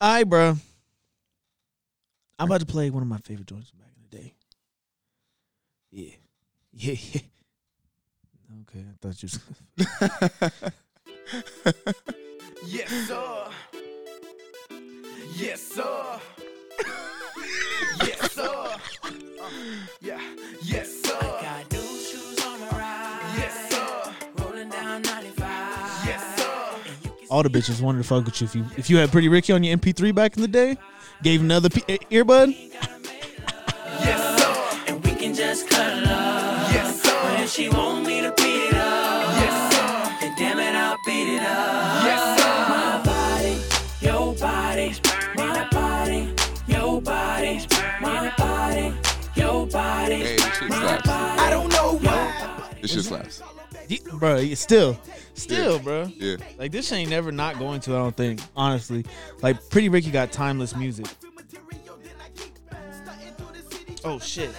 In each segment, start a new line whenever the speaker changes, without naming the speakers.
All right, bro. I'm about to play one of my favorite joints from back in the day. Yeah. Yeah, yeah. Okay, I thought you was
Yes, sir. Yes, sir. yes, sir. Uh, yeah. Yes, sir.
Got new shoes on the ride.
Yes, sir.
Rolling down 95.
Yes, sir.
all the bitches wanted to fuck with you if you if you had Pretty Ricky on your MP3 back in the day, gave another p- e- earbud.
Yes, sir.
And we can just cuddle up.
Yes, sir.
If she want me to beat it up,
Yes, sir.
then damn it, I'll beat it up.
Yes, sir.
My body, your body. My body, your body. My body, your body.
Hey, this shit slaps.
I don't know why.
This shit slaps.
Ye- Bro, yeah, still, still, bro.
Yeah.
Like this ain't never not going to. I don't think honestly. Like Pretty Ricky got timeless music. Oh shit.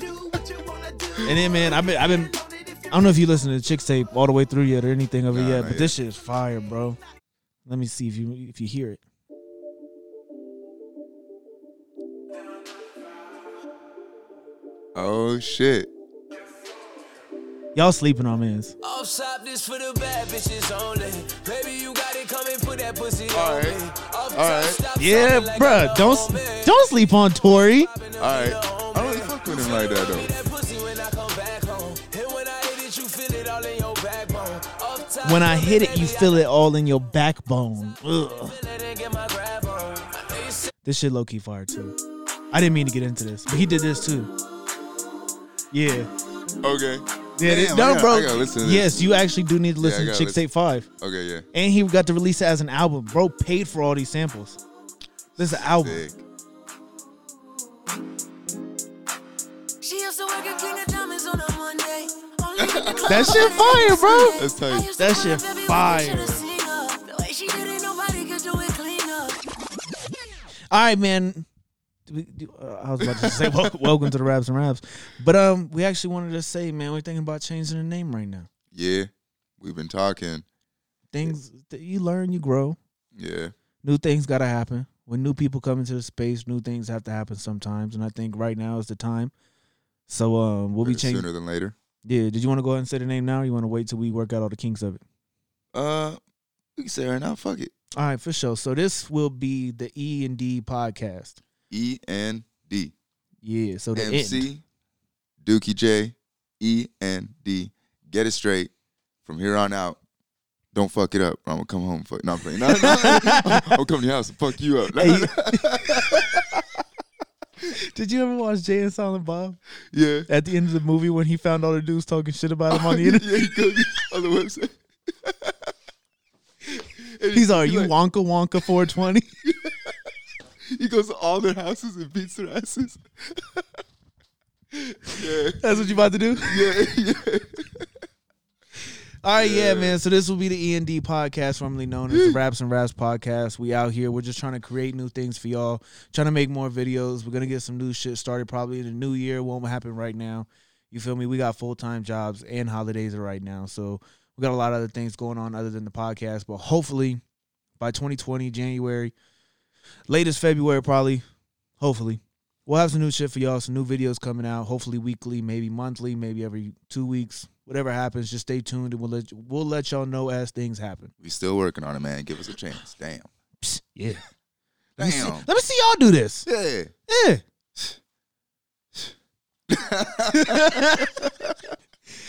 And then man, I've been I've been I don't know if you listen to Chick's tape all the way through yet or anything of it
Nah,
yet,
not
but this shit is fire, bro. Let me see if you if you hear it.
Oh shit.
Y'all sleeping on man's.
Off top this for the bad bitches only. Baby, you got it, come and put that pussy on
Alright.
me. Off
Alright.
top, stop
Yeah,
talking like I
bruh. Don't
own
s-
me.
don't sleep on Tori.
All right. I don't really fuck with him like that though.
That pussy when I come back home. And when I hit it, you feel it all in your backbone. Off top,
When I hit it, you feel it all in your backbone. Ugh.
let it get my grab on. I know you said
This shit low key fire too. I didn't mean to get into this, but he did this too. Yeah.
Okay.
Yeah,
Damn,
this- no,
I gotta-
bro.
I gotta listen to this.
Yes, you actually do need to listen
I
to
gotta
Chick
listen.
Tape 5.
Okay. Yeah.
And he got to release it as an album. Bro paid for all these samples. This is an album.
Sick.
She used to work at King of Diamonds on a Monday. Only
That shit fire, bro.
That's tight.
That shit fire.
The way she did it, nobody could do it clean up.
All right, man. Do we- do- uh, I was about to say wel- welcome to the Raps and Raps, but um, we actually wanted to say, man, we're thinking about changing the name right now.
Yeah. We've been talking.
Things that you learn, you grow.
Yeah.
new things gotta happen. When new people come into the space, new things have to happen sometimes. And I think right now is the time. So um we'll be
Better
changing
sooner than later.
Yeah, did you want to go ahead and say the name now or you wanna wait till we work out all the kinks of it?
Uh, we can say it right now. Fuck it.
All right, for sure. So this will be the E and D podcast.
E N D.
Yeah. So the end.
MC Dookie J. E N D. Get it straight. From here on out, don't fuck it up. I'm gonna come home. and Fuck. No, I'm playing. No, no, I'm gonna come to your house and fuck you up. No,
Hey,
no.
Did you ever watch Jay and Silent Bob?
Yeah.
At the end of the movie when he found all the dudes talking shit about him on the internet.
yeah, he could be on the website. And
He's all,
he
you
like-
Wonka Wonka 420?
He goes to all their houses and beats their asses. yeah,
That's what you about to do?
yeah, yeah.
All right, yeah. man. So this will be the E and D podcast, formerly known as the Raps and Raps podcast. We out here. We're just trying to create new things for y'all. Trying to make more videos. We're gonna get some new shit started probably in the new year. Won't happen right now. You feel me? We got full time jobs and holidays right now, so we got a lot of other things going on other than the podcast. But hopefully, by 2020 January, latest February probably, hopefully. We'll have some new shit for y'all, some new videos coming out, hopefully weekly, maybe monthly, maybe every two weeks. Whatever happens, just stay tuned and we'll let we'll let y'all know as things happen.
We still working on it, man. Give us a chance. Damn.
Psst, yeah. Let me, see,
Damn.
let me see y'all do this.
Yeah.
Yeah.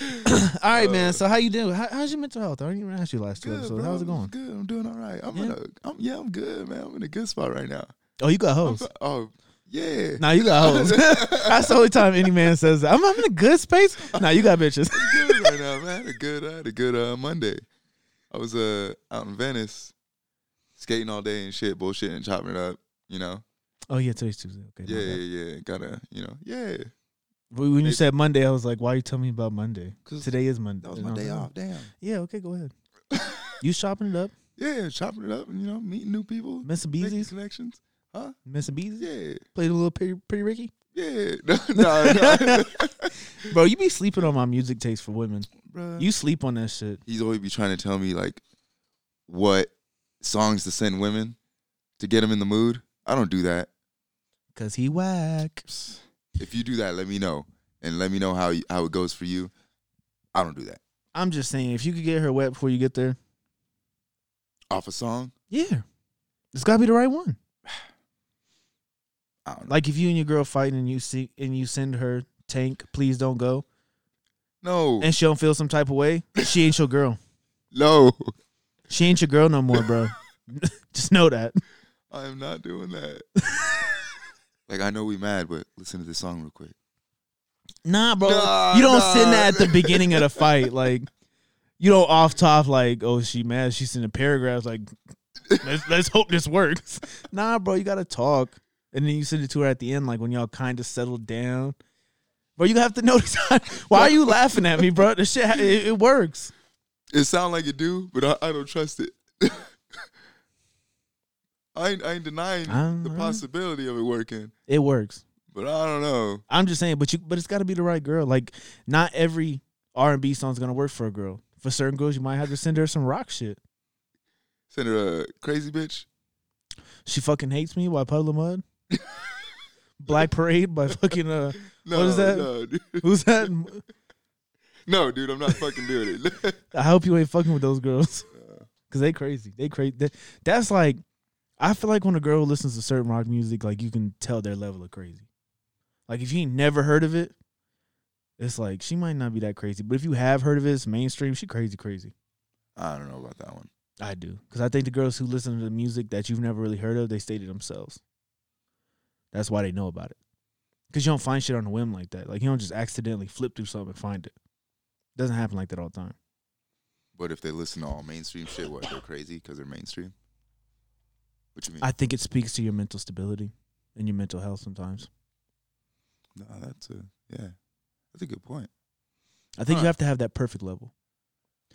All right, man. So how you doing? How, how's your mental health? I didn't even ask you last two
Good,
episodes.
bro.
How's it going?
Good. I'm doing all right. I'm in
Yeah.
a. I'm, yeah, I'm good, man. I'm in a good spot right now.
Oh, you got
I'm
hoes.
fi- oh, yeah.
Nah, you got hoes. That's the only time any man says that. I'm, I'm in a good space. Nah, you got bitches.
good right now, man. I had a good, I had a good uh, Monday. I was uh, out in Venice, skating all day and shit, bullshit and chopping it up. You know,
Oh yeah, today's Tuesday. Okay.
yeah,
my bad.
yeah, yeah. Gotta, you know, yeah.
When when you said Monday, I was like, "Why you telling me about Monday?
'Cause
Today is Monday.
That was my
No,
day
no, no.
off. Damn.
Yeah. Okay. Go ahead. you shopping it up,
Yeah, chopping it up and you know, meeting new people,
Mr.
making
Beezy's,
connections. Huh?
Mr. Beezy's.
Yeah,
Played a little pretty, pretty Ricky.
yeah. no, no, no.
Bro, you be sleeping on my music taste for women.
Bruh.
You sleep on that shit.
He's always be trying to tell me like what songs to send women to get them in the mood. I don't do that.
Cause he whack.
If you do that, let me know and let me know how you, how it goes for you. I don't do that
I'm just saying, if you could get her wet before you get there,
off a song.
yeah. It's gotta be the right one.
I don't know.
Like if you and your girl fighting and you see and you send her tank, please don't go.
No,
And she don't feel some type of way, she ain't your girl.
no,
She ain't your girl no more, bro. just know that.
I am not doing that. like I know we mad, but listen to this song real quick.
Nah, bro.
Nah,
you don't
nah.
send that at the beginning of the fight. Like, you don't off top like, oh, she mad. She's in the paragraphs. Like, let's let's hope this works. Nah, bro. You gotta talk, and then you send it to her at the end, like when y'all kind of settled down. Bro, you have to notice. Why are you laughing at me, bro? The shit, ha- it, it works.
It sound like it do, but I, I don't trust it. I ain't, I ain't denying
Um,
the
uh.
possibility of it working,
It works.
but I don't know.
I'm just saying, but you, but it's gotta be the right girl. Like, not every R and B song's gonna work for a girl. For certain girls, you might have to send her some rock shit.
Send her a crazy bitch.
She fucking hates me by Puddle of Mud. Black Parade by fucking uh
No,
What is that?
No, dude.
who's that?
no, dude, I'm not fucking doing it.
I hope you ain't fucking with those girls.
Uh,
Cause they crazy. They crazy. that's like I feel like when a girl listens to certain rock music, like you can tell their level of crazy. Like if you ain't never heard of it, it's like she might not be that crazy. But if you have heard of it, it's mainstream, she crazy crazy.
I don't know about that one.
I do. Because I think the girls who listen to the music that you've never really heard of, they stay to themselves. That's why they know about it. Because you don't find shit on a whim like that. Like, you don't just accidentally flip through something and find it. Doesn't happen like that all the time.
But if they listen to all mainstream shit, what they're crazy because they're mainstream. What you mean?
I think it speaks to your mental stability and your mental health sometimes.
no, that's a yeah, that's a good point.
I think
Huh.
you have to have that perfect level.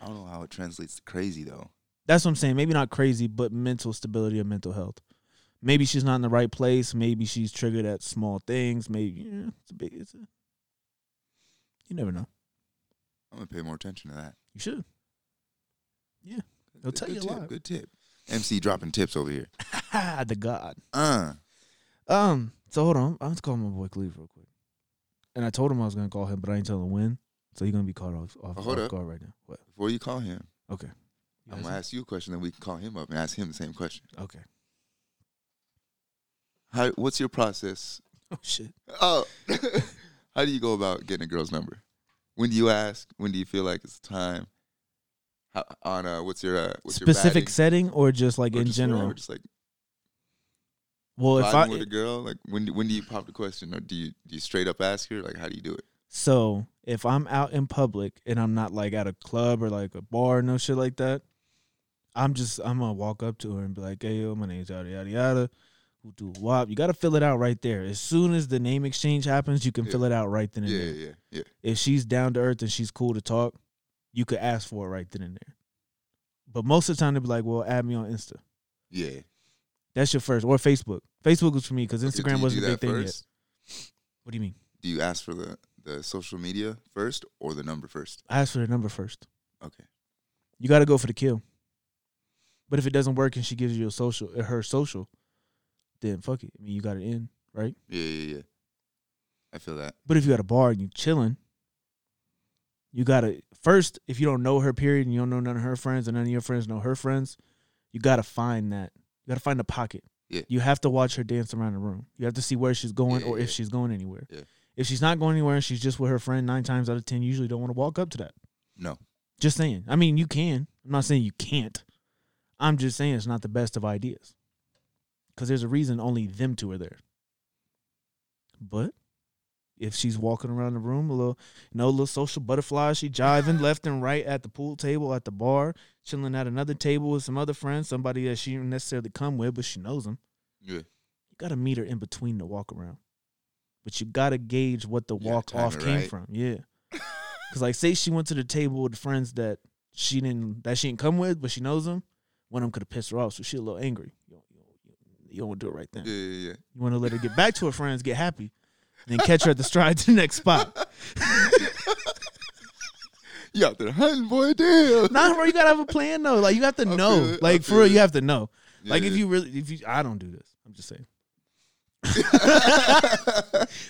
I don't know how it translates to crazy though.
That's what I'm saying. Maybe not crazy, but mental stability and mental health. Maybe she's not in the right place. Maybe she's triggered at small things. Maybe yeah, it's a big. It's a, you never know.
I'm gonna pay more attention to that.
You should. Yeah, it'll
Good-
tell
good
you a
tip,
lot.
Good tip. MC dropping tips over here.
Ah, the God.
Uh,
Um. So hold on. I'm gonna call my boy Cleve real quick. And I told him I was gonna call him, but I ain't telling him when. So he's gonna be caught off off,
Oh, hold
off
up.
guard right now. What?
before you call him,
Okay.
I'm gonna ask you a question, then we can call him up and ask him the same question.
Okay.
How? What's your process?
Oh shit.
Oh, how do you go about getting a girl's number? When do you ask? When do you feel like it's time? How, on uh, what's your uh, what's
Specific
your
setting or just like
batting? Or
in
just whatever,
general?
just like
well, if I
vibing with a girl, like when when do you pop the question, or do you do you straight up ask her? Like how do you do it?
so if I'm out in public and I'm not like at a club or like a bar, no shit like that. I'm just I'm gonna walk up to her and be like, "Hey, yo, my name's yada yada yada." Who do wop? You gotta fill it out right there. As soon as the name exchange happens, you can
Yeah.
fill it out right then and
Yeah,
there.
yeah, yeah.
if she's down to earth and she's cool to talk, you could ask for it right then and there. But most of the time, they'd be like, well, add me on Insta.
Yeah. Okay,
That's your first, or Facebook. Facebook was for me because
do you
Instagram
do
wasn't a big
that
thing yet.
first?
What do you mean?
Do you ask for the the social media first or the number first?
I asked for the number first.
Okay.
You got to go for the kill. But if it doesn't work and she gives you a social, uh, her social, then fuck it. I mean, you got it in, right?
Yeah, yeah, yeah. I feel that.
But if you at a bar and you chilling, you gotta first if you don't know her period and you don't know none of her friends and none of your friends know her friends, you gotta find that. You gotta find the pocket.
Yeah.
You have to watch her dance around the room. You have to see where she's going
Yeah,
or if
yeah.
she's going anywhere.
Yeah.
If she's not going anywhere and she's just with her friend, nine times out of ten, you usually don't want to walk up to that.
No.
Just saying. I mean, you can. I'm not saying you can't. I'm just saying it's not the best of ideas. Because there's a reason only them two are there. But if she's walking around the room, a little, you know, a little social butterfly, she jiving left and right at the pool table, at the bar, chilling at another table with some other friends, somebody that she didn't necessarily come with, but she knows them.
Yeah.
You got to meet her in between the walk around. But you got to gauge what the
You gotta
walk
time
off
it
came
right.
from. Yeah. Cause like, say she went to the table with friends that she didn't that she didn't come with, but she knows them. One of them could have pissed her off, so she a little angry. You don't, you don't, you don't want to do it right then.
Yeah, yeah, yeah.
You want to let her get back to her friends, get happy. and then catch her at the stride to the next spot.
You out there hunting, boy? Damn.
Nah, bro, you gotta have a plan though. Like you have to
I
know.
feel it, I
like for
feel
real,
it.
you have to know. Like if
Yeah.
you really, if you, I don't do this. I'm just saying.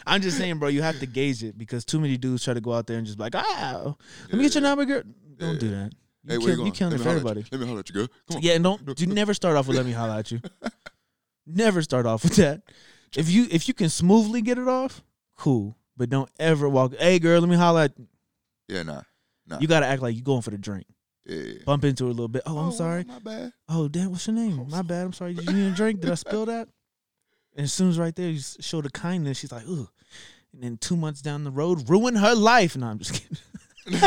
I'm just saying, bro. You have to gauge it because too many dudes try to go out there and just be like, ah, let me get your number, girl. Don't
Yeah.
do that. You
Hey, where
kill,
you
you,
going?
killing
Let
it
me
for
holler at you.
everybody.
Let me holler at you, girl. Come on.
Yeah, and don't do never start off with let me holler at you. Never start off with that. If you if you can smoothly get it off, cool. But don't ever walk. Hey, girl, let me holler at you.
Yeah, nah. Nah.
You gotta act like you're going for the drink.
Yeah, yeah.
Bump into her a little bit. Oh, I'm
wow,
sorry.
My bad.
Oh, damn, what's your name? My bad. I'm sorry. Did you need a drink? Did I spill that? And as soon as right there, you s- show the kindness. She's like, ooh. And then two months down the road, ruin her life. No, I'm just kidding.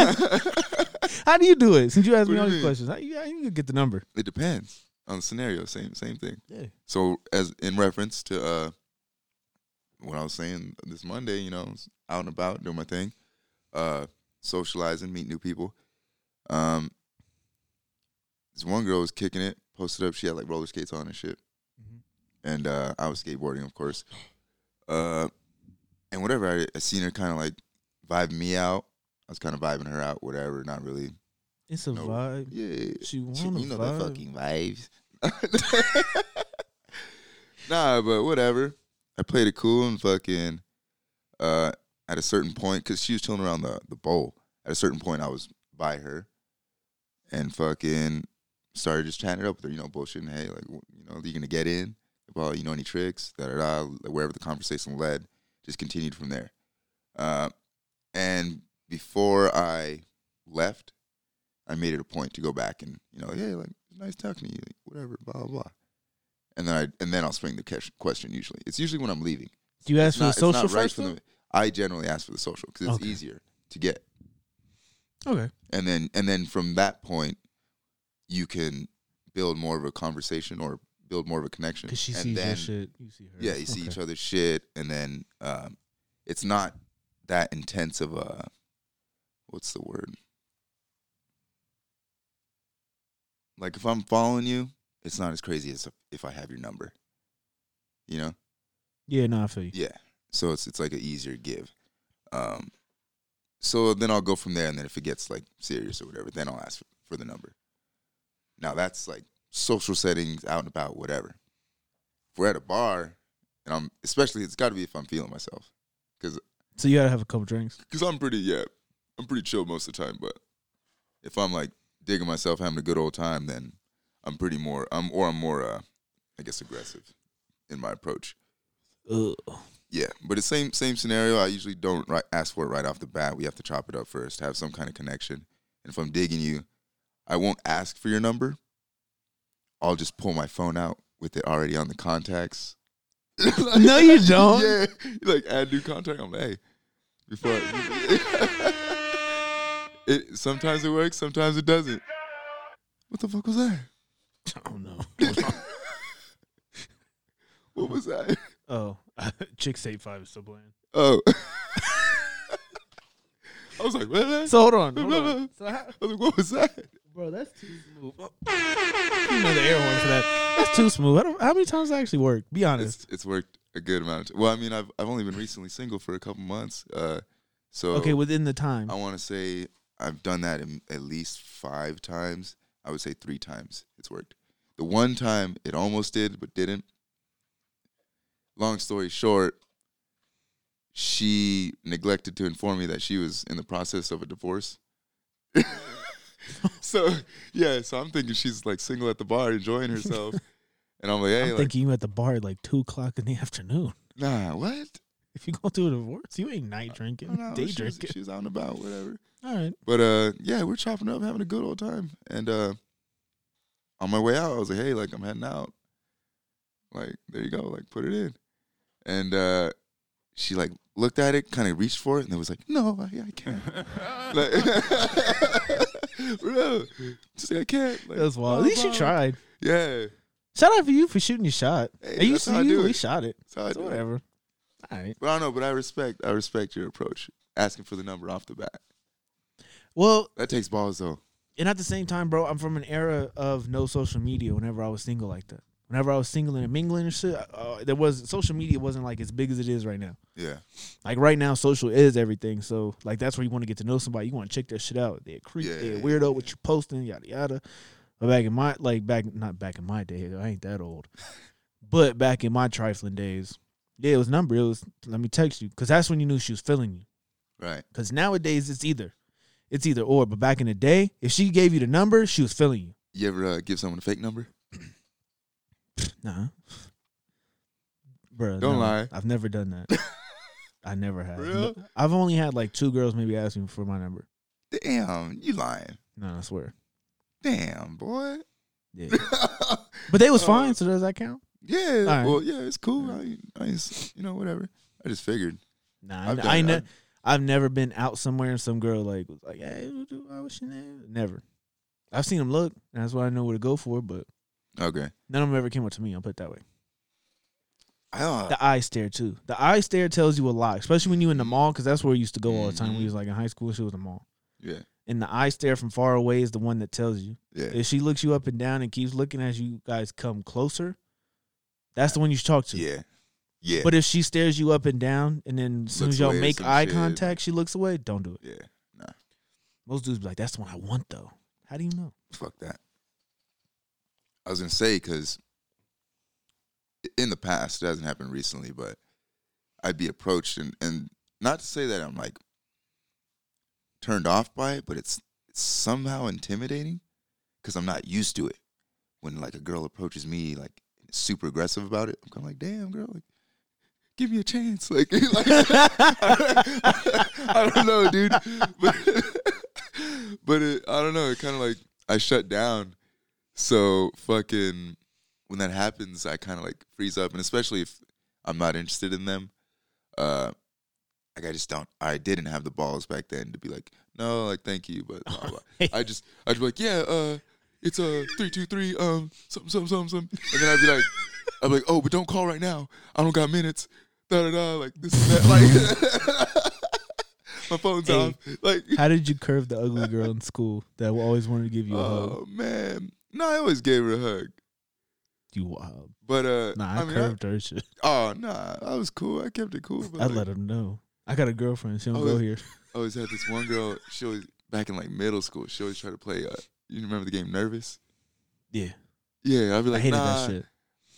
How do you do it? Since you asked me
What do
all these
you mean?
questions, how you, how you get the number?
It depends on the scenario. Same same thing.
Yeah.
So as in reference to uh what I was saying this Monday, you know, I was out and about doing my thing, uh, socializing, meet new people. Um, this one girl was kicking it, posted up. She had like roller skates on and shit,
Mhm.
and uh, I was skateboarding, of course. Uh, and whatever, I, I seen her kind of like vibe me out. I was kind of vibing her out, whatever. Not really.
It's a
No.
vibe.
Yeah,
She
Shit,
want a
you know
vibe.
the fucking vibes. nah, but whatever. I played it cool and fucking uh, at a certain point because she was chilling around the the bowl. At a certain point, I was by her and fucking started just chatting it up with her. You know, bullshitting. Hey, like, wh- you know, are you gonna get in? Well, you know any tricks? Da da da. like, Wherever the conversation led, just continued from there. Uh, and before I left, I made it a point to go back and you know, hey, like nice talking to you, like, whatever, blah blah blah. And then I and then I'll spring the ques- question. Usually, it's usually when I'm leaving.
Do you ask
It's
for
not-
the
it's
social
not right
first?
for
though?
them. I generally ask for the social because it's
Okay.
easier to get.
Okay.
And then and then from that point, you can build more of a conversation or build more of a connection.
Because she
and
sees
then,
your shit. You see her.
Yeah, you see each other's shit, and then um, it's not that intense of a what's the word? Like if I'm following you, it's not as crazy as if I have your number. You know?
Yeah, no, I feel you.
Yeah. So it's it's like an easier give. Um, so then I'll go from there, and then if it gets like serious or whatever, then I'll ask for, for the number. Now that's like social settings, out and about, whatever. If we're at a bar, and I'm especially, it's got to be if I'm feeling myself, because
So you gotta have a couple drinks.
because I'm pretty yeah, I'm pretty chill most of the time. But if I'm like digging myself, having a good old time, then I'm pretty more I'm or I'm more uh, I guess aggressive in my approach.
Ugh.
Yeah, but the same same scenario. I usually don't ri- ask for it right off the bat. We have to chop it up first, have some kind of connection. And if I'm digging you, I won't ask for your number. I'll just pull my phone out with it already on the contacts.
No, you don't.
yeah, like add new contact. I'm like, hey, before. I- it sometimes it works, sometimes it doesn't. What the fuck was that?
I don't know.
What was that?
Oh, Chick State Five is still playing.
Oh, I was like, what?
So hold on,
hold on.
So how,
I was like, what was that?
bro, that's too smooth. You know the air horn for that. That's too smooth. I don't, how many times that actually worked? Be honest.
It's, it's worked a good amount. Of t- well, I mean, I've I've only been recently single for a couple months. Uh, so
okay, within the time.
I want to say I've done that in, at least five times. I would say three times it's worked. The one time it almost did but didn't. Long story short, she neglected to inform me that she was in the process of a divorce. so yeah, so I'm thinking she's like single at the bar enjoying herself, and I'm like, hey,
I'm
like,
thinking you at the bar at like two o'clock in the afternoon.
nah, what?
If you go through a divorce, you ain't night drinking,
I don't know,
day
she was-
drinking.
she was out and about, whatever.
All right.
But uh, yeah, we're chopping up, having a good old time. And uh, on my way out, I was like, hey, like I'm heading out. Like, there you go, like put it in. And uh, she like looked at it, kind of reached for it, and then was like, no, I, I can't. like, bro, just like, I can't. Like,
That's wild. At
blah,
least you
blah.
tried.
Yeah,
Shout out for you for shooting your shot.
Hey,
Hey, you
that's how I
you
do
we
it.
shot it.
that's how I
So
do it.
whatever. All right.
But I don't know, but I respect, I respect your approach, asking for the number off the bat.
Well,
That takes balls though.
and at the same time, bro, I'm from an era of no social media. Whenever I was single like that, whenever I was singling and mingling and shit, uh, there was social media wasn't like as big as it is right now.
Yeah.
Like right now, social is everything. So like that's where you want to get to know somebody. You want to check their shit out. They're creep.
Yeah,
they're
yeah,
weirdo. What you're posting, yada yada. But back in my like back not back in my day. I ain't that old. but back in my trifling days, yeah, it was number. It was let me text you because that's when you knew she was feeling you.
Right.
Because nowadays it's either, it's either or. But back in the day, if she gave you the number, she was feeling you.
You ever uh, give someone a fake number?
Nah. Bro,
Don't lie.
I've never done that. I never have.
Real?
No- I've only had like two girls maybe asking for my number.
Damn, you lying.
No, I swear.
Damn, boy.
Yeah.
yeah.
But they was
Oh.
fine, so does that count? right.
Well, yeah, it's cool. I, ain't- I ain't s- you know, whatever. I just figured.
Nah,
I've
I've I
done-
ne-
I've-
I've never been out somewhere and some girl like was like, "Hey, what do- uh, what's your name?" Never. I've seen them look, and that's why I know where to go for. But
Okay.
none of them ever came up to me. I'll put it that way.
I, uh,
The eye stare too. The eye stare tells you a lot, especially when you in the mall, because that's where we used to go all the time.
Mm-hmm.
When we was like in high school, she was in the mall.
yeah.
And the eye stare from far away is the one that tells you.
Yeah.
If she looks you up and down and keeps looking as you guys come closer, that's the one you should talk to.
Yeah. Yeah.
But if she stares you up and down and then as soon
Looks
as y'all
away or
make
some
eye
shit.
contact, she looks away, don't do it.
yeah.
Most dudes be like, that's the one I want though. How do you know?
Fuck that. I was gonna say because in the past it hasn't happened recently, but I'd be approached and and not to say that I'm like turned off by it, but it's, it's somehow intimidating because I'm not used to it. When like a girl approaches me like super aggressive about it, I'm kind of like, damn girl, like give me a chance, like, like, I don't know, dude, but but it, I don't know, it kind of like I shut down. So fucking when that happens, I kind of like freeze up, and especially if I'm not interested in them, uh, like I just don't. I didn't have the balls back then to be like, no, like thank you, but blah, blah. I just I'd be like, yeah, uh, it's a uh, three two three um something something something, something. and then I'd be like, I'm like, oh, but don't call right now. I don't got minutes. Da da da. Like this and that. Like my phone's
Hey.
off. Like
How did you curve the ugly girl in school that always wanted to give you a hug?
oh man, no, I always gave her a hug.
You wild.
But uh,
Nah, I,
I mean, I-
curved her shit.
oh nah, I was cool. I kept it cool. But
I
like,
let him know. I got a girlfriend. She don't
Oh,
go
is-
here.
I always had this one girl. She always back in like middle school. She always tried to play. Uh, you remember the game Nervous?
Yeah.
Yeah, I'd be
I
like,
hated
nah,
that shit.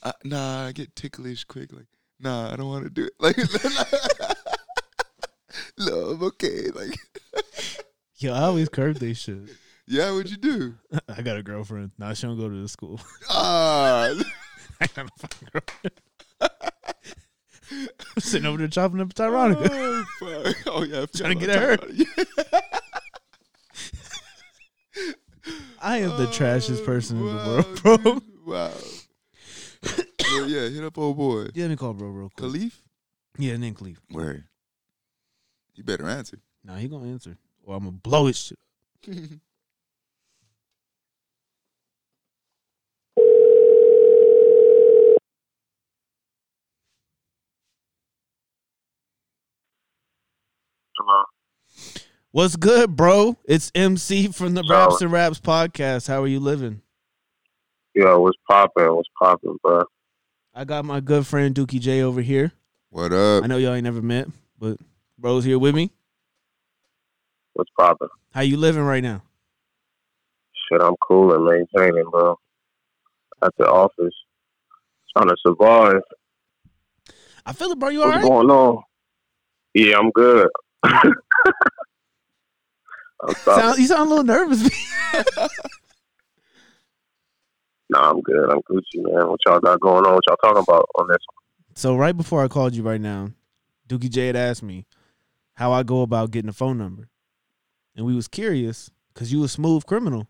I, nah, I get ticklish quick. Like, nah, I don't want to do it. Like, love, okay. Like,
Yo, I always curved they shit.
yeah, what'd you do?
I got a girlfriend. Nah, she don't go to this school.
Ah,
I got a fucking girlfriend. I'm sitting over there chopping up Tyronica.
Oh, fuck. Oh, yeah, I forgot
Trying to get at
about
her.
Tyronica. Yeah.
I am the trashiest
Oh,
person in the
wow,
world, bro.
dude. Wow. Well, yeah, hit up old boy.
Yeah, let me call bro real quick.
Khalif?
Yeah, and then Khalif.
Where? You better answer.
Nah, he gonna answer. Or I'm gonna blow his shit.
Hello.
What's good, bro? It's MC from the
Yo.
Raps and Raps podcast. How are you living?
Yo, what's poppin'? What's poppin', bro?
I got my good friend Dookie J over here.
What up?
I know y'all ain't never met, but bro's here with me.
What's poppin'?
How you living right now?
Shit, I'm cool and maintaining, bro. At the office, trying to survive.
I feel it, bro. You all
What's
right?
going on? Yeah, I'm good. I'm sorry.
Sound, you sound a little nervous.
nah, I'm good. I'm Gucci, man. What y'all got going on? What y'all talking about on this?
So right before I called you right now, Dookie J had asked me how I go about getting a phone number. And we was curious, cause you a smooth criminal.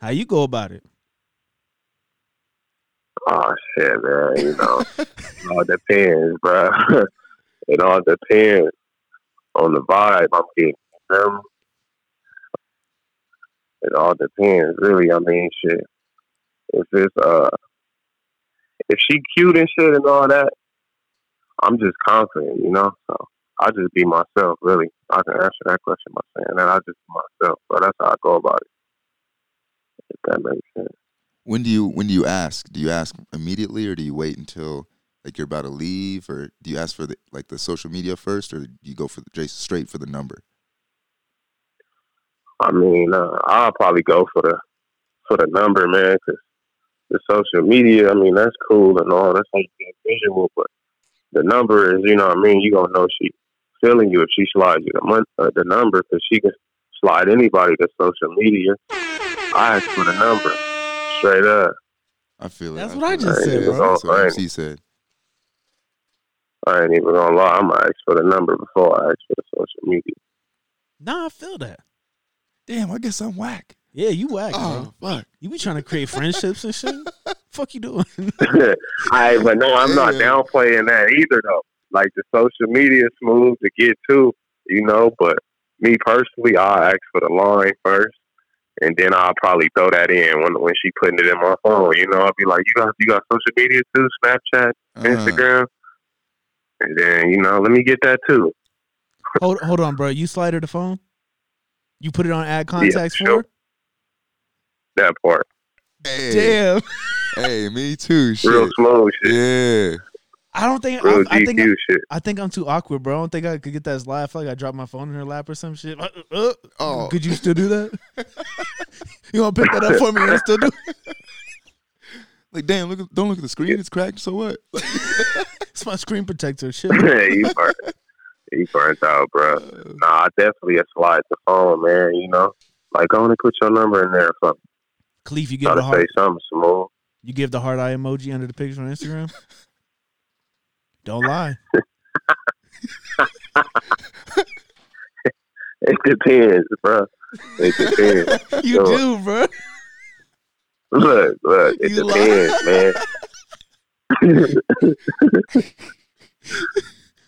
How you go about it.
Oh shit, man. You know, it all depends, bro. it all depends on the vibe I'm getting. You feel me? It all depends, really. I mean, shit. If it's uh, if she cute and shit and all that, I'm just confident, you know. So I just be myself, really. I can answer that question by saying that I just be myself. So that's how I go about it. If that makes sense.
When do you when do you ask? Do you ask immediately, or do you wait until like you're about to leave, or do you ask for the like the social media first, or do you go for the just straight for the number?
I mean, uh, I'll probably go for the for the number, man, 'cause the social media. I mean, that's cool and all. That's like being visual, but the number is, you know, what I mean, you gonna know she feeling you if she slides you the month uh, the number 'cause she can slide anybody to social media. I ask for the number, straight up.
I feel it.
That's what I
feel it.
just said,
Yeah,
bro.
That's what
Alright.
MC said.
I ain't even gonna lie. I'm gonna ask for the number before I ask for the social media.
Nah, I feel that.
Damn, I guess I'm whack.
Yeah, you whack, bro.
Oh fuck.
You be trying to create friendships and shit. Fuck you doing?
I but no, I'm not
Yeah.
downplaying that either though. Like the social media is smooth to get to, you know, but me personally, I'll ask for the line first and then I'll probably throw that in when when she putting it in my phone, you know, I'll be like, You got you got social media too, Snapchat,
Uh-huh.
Uh,
Instagram and then, you know, let me get that too.
hold hold on, bro. You slide her the phone. You put it on ad contacts
sure.
for. her?
That part.
Hey,
Damn.
Uh-huh. hey, me too. Shit.
Real smooth shit.
Yeah.
I don't think. I,
Real
I
GQ
think.
shit.
I think I'm too awkward, bro. I don't think I could get that slide. I feel like I dropped my phone in her lap or some shit. Uh, uh,
Oh.
Could you still do that? you want to pick that up for me and still do it?
Like, damn, look at, don't look at the screen. It's cracked. So what?
It's my screen protector. Shit.
you burnt, you burnt out, bro.
Uh,
Nah, I definitely a slide the phone, man. You know, like I only put your number in there if I'm
Cleef, you give
trying
the
to say
heart.
something smooth.
You give the heart eye emoji under the picture on Instagram. Don't lie.
It depends, bro. It depends.
You
Yo.
do, bro.
look, look. It
You lie.
depends, man.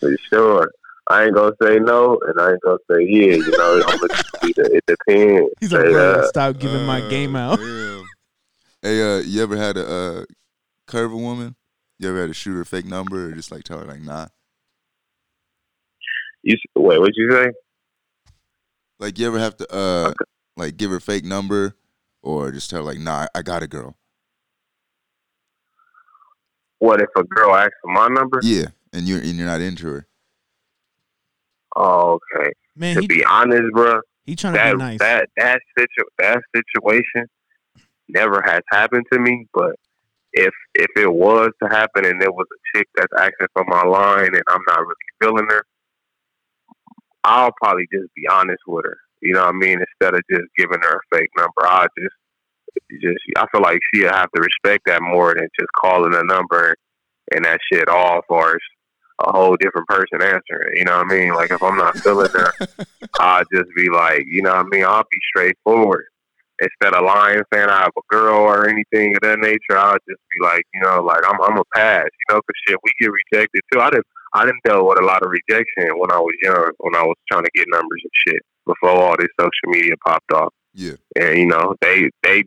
For sure. I ain't gonna say no, and I ain't gonna say yeah. You know, I'm gonna be the, it depends. uh,
He's like,
Straight
bro,
up.
stop giving my game out.
damn. uh, Hey, uh, you ever had a uh, curve a woman? You ever had to shoot her a fake number or just like tell her like nah?
You s- wait. What'd you say?
Like you ever have to uh like give her fake number or just tell her like nah, I got a girl.
What if a girl asks for my number?
Yeah, and you're and you're not into her.
Oh, okay.
Man,
To
he,
be honest, bro,
he trying to
that
be nice.
that that situ- that situation never has happened to me. But if if it was to happen and there was a chick that's acting from my line and I'm not really feeling her, I'll probably just be honest with her. You know what I mean? Instead of just giving her a fake number, I just just I feel like she'll have to respect that more than just calling a number and that shit off or it's a whole different person answering. You know what I mean? Like if I'm not feeling her, I'll just be like, you know what I mean? I'll be straightforward. Instead of lying, saying I have a girl or anything of that nature, I'll just be like, you know, like I'm, I'm a pass, you know, 'cause shit, we get rejected too. I didn't, I didn't deal with a lot of rejection when I was young, when I was trying to get numbers and shit before all this social media popped off
Yeah.
and you know they they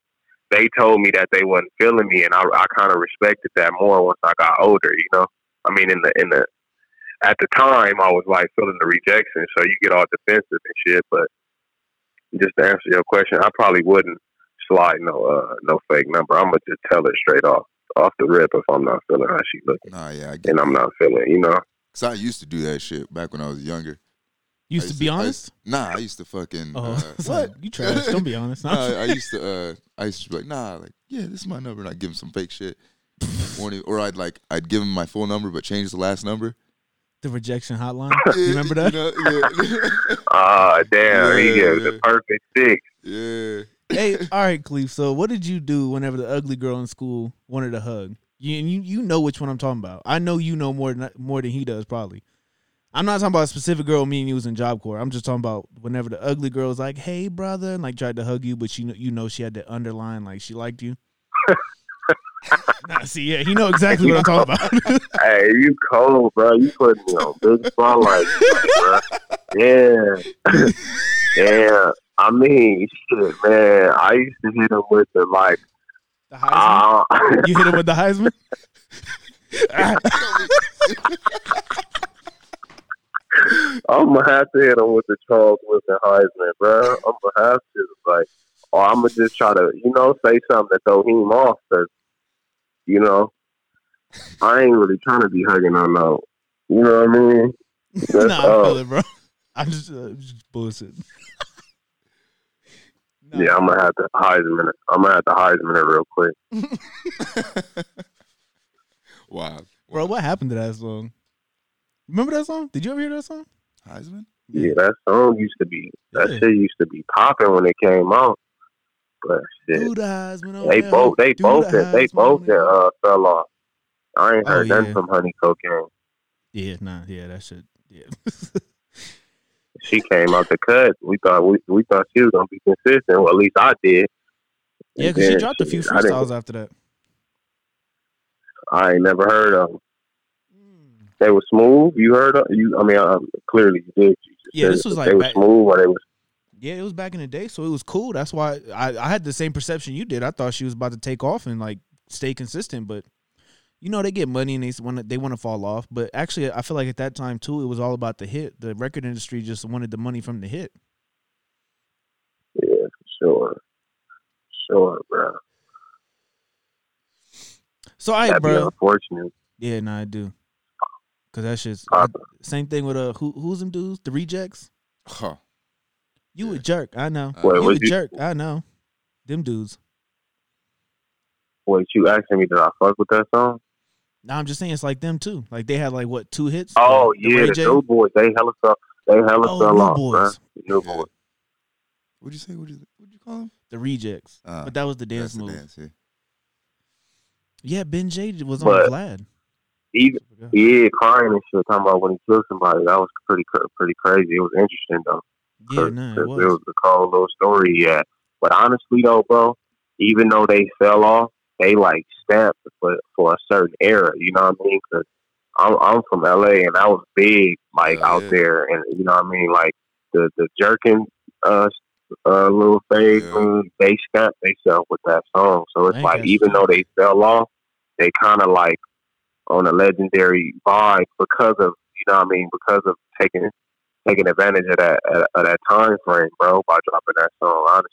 they told me that they wasn't feeling me, and I I kind of respected that more once I got older. You know, I mean, in the in the at the time I was like feeling the rejection, so you get all defensive and shit. But just to answer your question, I probably wouldn't slide no uh no fake number. I'm gonna just tell her straight off off the rip if I'm not feeling how she looking,
Nah, yeah, I get
and I'm
that.
not feeling. You know,
Cause I used to do that shit back when I was younger.
used to be honest.
Nah, I used to fucking.
Oh,
uh,
it's like, you trash. Don't be honest.
Nah, I, I used to uh, I used to be like, nah, like, yeah, this is my number, and I'd give him some fake shit. Won't even- or I'd like I'd give him my full number but change the last number.
the rejection hotline. You remember that?
know,
ah damn, he
Yeah,
gave
yeah.
the perfect six.
yeah.
hey, all right, Cleve. So, what did you do whenever the ugly girl in school wanted a hug? You and you, you know which one I'm talking about. I know you know more than more than he does probably. I'm not talking about a specific girl. Me and you was in Job Corps. I'm just talking about whenever the ugly girl was like, "Hey, brother," and like tried to hug you, but she kn- you know she had to underline like she liked you. nah, see, yeah, he know exactly what I'm talking about.
Hey, you cold, bro. You putting me on big spotlight, bro. Yeah. yeah. I mean, shit, man. I used to hit him with the, like,
the Heisman.
ah,
you hit him with the Heisman.
I'm going to have to hit him with the Charles Wilson Heisman, bro. I'm going to have to. Like, or I'm gonna just try to, you know, say something to throw him off. Cause, you know, I ain't really trying to be hugging on no. You know what I mean?
nah,
That's,
I feel
uh,
it, bro. I'm just, uh, just bullshit. Nah.
Yeah, I'm gonna have to Heisman. it. I'm gonna have to Heisman it real quick.
Wow.
bro. What happened to that song? Remember that song? Did you ever hear that song?
Heisman?
Yeah, that song used to be that
Yeah.
shit used to be popping when it came out. But shit,
Dude, eyes went on
they
that
both they
Oh, dude,
both
eyes
they
went
both
on
that,
that-
uh fell off. I ain't
Oh,
heard nothing
yeah.
from Honey Cocaine.
Yeah, nah, yeah, that shit. Yeah,
She came out the cut. We thought we, we thought she was gonna be consistent. Well, at least I did.
yeah,
And
because she
then
dropped a few
shit, I, didn't-
freestyles after that.
I ain't never heard of. 'em.
Mm.
They were smooth. You heard of you? I mean, um, clearly you did. You just
Yeah,
said
this was
it.
like
they were
back-
smooth or they was
Yeah, it was back in the day, so it was cool. That's why I, I had the same perception you did. I thought she was about to take off and like stay consistent, but you know they get money and they want to they want to fall off. But actually, I feel like at that time too, it was all about the hit. The record industry just wanted the money from the hit.
yeah, sure, sure, bro.
So I,
That'd be
bro,
unfortunate.
yeah, nah, I do, cause that shit's
Uh,
same thing with uh, who who's them dudes, the rejects.
Oh.
You a
Yeah.
jerk, I know.
Uh,
Wait,
You a
what'd you-
jerk, I know. Them dudes.
Wait, you asking me did I fuck with that song?
Now I'm just saying it's like them too. Like they had like what two hits?
Oh
The- the
yeah,
Ray
the
J?
new boys, they hella fell, they hella
Oh,
fell
New
off, bruh.
Boys.
The new
Yeah.
boys.
What'd you say? What'd you, what'd you call him?
the rejects.
Uh,
but that was the dance
That's the
move.
dance, yeah.
Yeah, Ben J was on
But-
Vlad.
Even yeah, crying and shit, talking about when he killed somebody. That was pretty cra- pretty crazy. It was interesting though.
Yeah,
'cause-
no,
'cause
it was.
it was a cold little story. Yeah, but honestly though, bro, even though they fell off, they like stamped for for a certain era. You know what I mean? Because I'm I'm from LA and that was big like
Oh,
out
yeah.
there, and you know what I mean? Like the the jerking uh uh little phase,
Yeah.
mm, they stamped themselves with that song. So it's
Thank
like
you.
even though they fell off, they kind of like on a legendary vibe because of you know what I mean because of taking taking advantage of that uh, of that time frame, bro, by dropping that song. Honestly,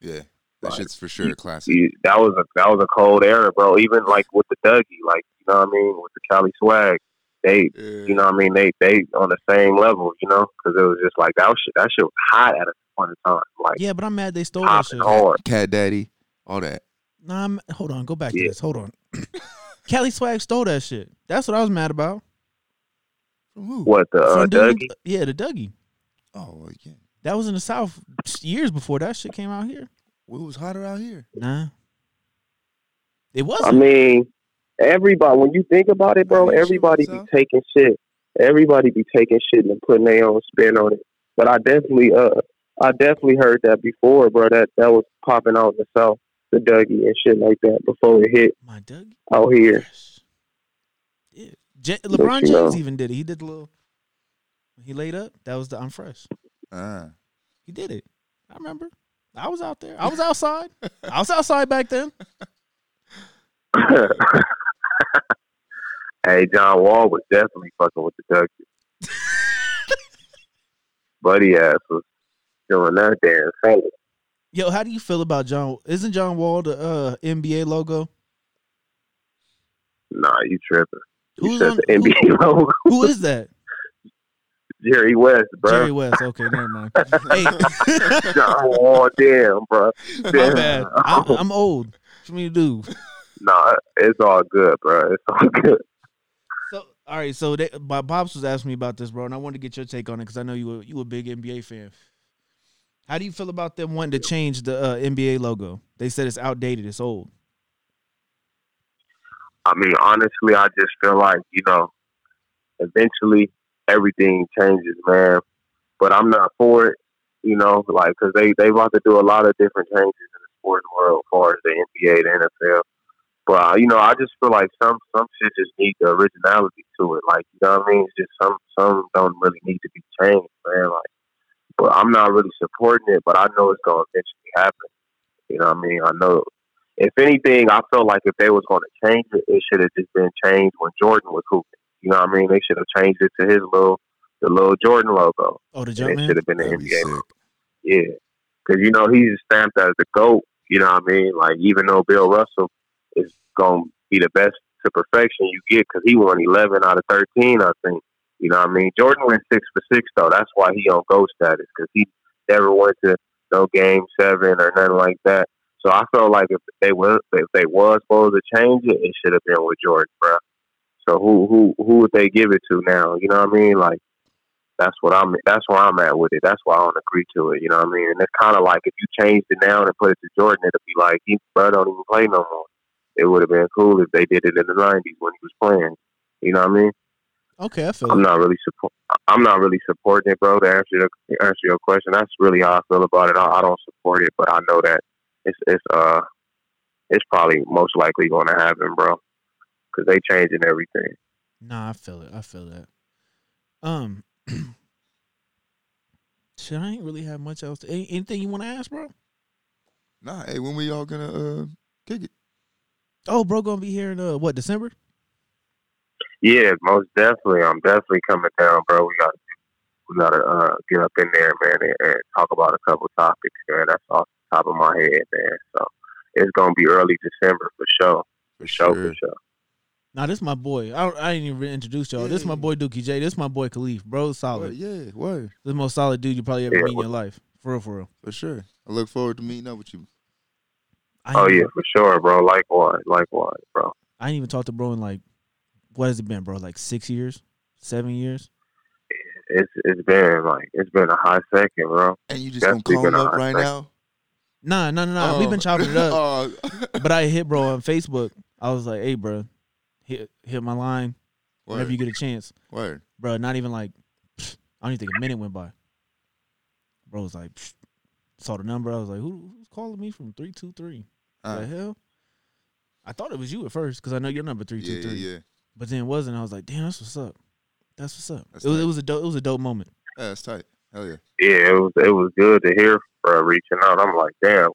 Yeah. That
Like,
shit's for sure a classic.
you- that was a that was a cold era, bro. Even like with the Dougie, like you know what I mean, with the Cali Swag, they
Yeah.
you know what I mean they they on the same level, you know, because it was just like that shit that shit was hot at a point in time, like
Yeah, but I'm mad they stole that
popping
shit.
hard.
Cat Daddy, all that.
Nah, I'm, hold on, go back to
Yeah.
this. Hold on. Cali Swag stole that shit. That's what I was mad about.
From who?
What the uh,
From dude-
Dougie?
Yeah, the Dougie.
Oh, well, yeah.
That was in the South years before that shit came out here.
What was hotter out here?
Nah. It
I
wasn't.
mean, everybody. When you think about it, bro,
Are you sure
everybody
so?
be taking shit. Everybody be taking shit and putting their own spin on it. But I definitely, uh, I definitely heard that before, bro. That that was popping out in the south, the Dougie and shit like that before it hit
My Dougie.
out here.
Yes. Yeah. J- LeBron
you
James
know.
even did it. He did the little. when He laid up. That was the I'm fresh.
Ah.
He did it. I remember. I was out there. I was outside. I was outside back then.
hey, John Wall was definitely fucking with the Dougie. Buddy ass was doing that damn thing.
Yo, how do you feel about John? Isn't John Wall the uh, NBA logo?
Nah, you tripping? You
Who's
said
on-
the NBA logo,
Who is that?
Jerry West, bro.
Jerry West. Okay, never mind. Hey,
John Wall, Oh, damn, bro.
my bad. I, I'm old. What you mean to do?
Nah, it's all good, bro. It's all good.
So, all right. So, they, my pops was asking me about this, bro, and I wanted to get your take on it because I know you were you a big NBA fan. How do you feel about them wanting to change the uh, NBA logo? They said it's outdated. It's old.
I mean, honestly, I just feel like you know, eventually everything changes, man. But I'm not for it, you know, like because they they about to do a lot of different changes in the sports world, as far as the NBA, the NFL. But uh, you know, I just feel like some some shit just need the originality to it. Like you know what I mean? It's just some some don't really need to be changed, man. Like, but I'm not really supporting it. But I know it's gonna eventually happen. You know what I mean? I know. If anything, I felt like if they was gonna change it, it should have just been changed when Jordan was hooping. You know what I mean? They should have changed it to his little the little Jordan logo.
Oh, the
And it
Jumpman.
should have been the
That'd be
NBA.
sick.
Yeah. because you know he's stamped as the goat. You know what I mean? Like even though Bill Russell is gonna be the best to perfection you get, because he won eleven out of thirteen, I think. You know what I mean? Jordan went six for six though. That's why he on goat status because he never went to no game seven or nothing like that. So I felt like if they was if they was supposed to change it, it should have been with Jordan, bro. So who who who would they give it to now? You know what I mean? Like that's what I'm. That's where I'm at with it. That's why I don't agree to it. You know what I mean? And it's kind of like if you changed it now and put it to Jordan, it'd be like he bro don't even play no more. It would have been cool if they did it in the '90s when he was playing. You know what I mean?
Okay, I feel
I'm
it.
not really support. I'm not really supporting it, bro. To answer the, to answer your question, that's really how I feel about it. I, I don't support it, but I know that it's it's uh it's probably most likely going to happen, bro, because they changing everything.
Nah, I feel it. I feel that. Um, shit, I ain't really have much else. To, any- anything you want to ask, bro?
Nah, hey, when we all gonna uh, kick it?
Oh, bro, gonna be here in uh, what December?
Yeah, most definitely. I'm definitely coming down, bro. We got we got to uh, get up in there, man, and, and talk about a couple topics, man. That's off the top of my head, man. So it's gonna be early December for sure, for sure, for sure.
Nah, this my boy. I, I didn't even introduce y'all. This my
Yeah.
boy Dookie J. This my boy Khalif. Bro, solid.
Word, yeah, word
The most solid dude you probably ever
Yeah,
meet in
what-
your life. For real, for real.
for sure. I look forward to meeting up with you.
I
Oh
ain't-
yeah, for sure, bro. Likewise, likewise, bro.
I ain't even talked to bro in like, what has it been, bro? Like six years, seven years.
it's it's been like it's been a hot second, bro.
And you just
That's
gonna call
big
him
enough,
up right
right?
now? Oh.
Nah, nah, nah, nah. We've been chopping it up. but I hit bro on Facebook. I was like, hey, bro, hit hit my line whenever you get a chance,
word.
bro. Not even like, pfft, I don't even think a minute went by. Bro was like, pfft, saw the number. I was like, Who, who's calling me from three two three? The
Uh,
hell? I thought it was you at first because I know your number three
yeah,
two
yeah,
three,
yeah.
but then it wasn't. I was like, damn, that's what's up. That's what's up.
That's
it was
tight.
it was a dope it was a dope moment.
Yeah, that's tight. Hell yeah.
Yeah, it was it was good to hear bro reaching out. I'm like, damn,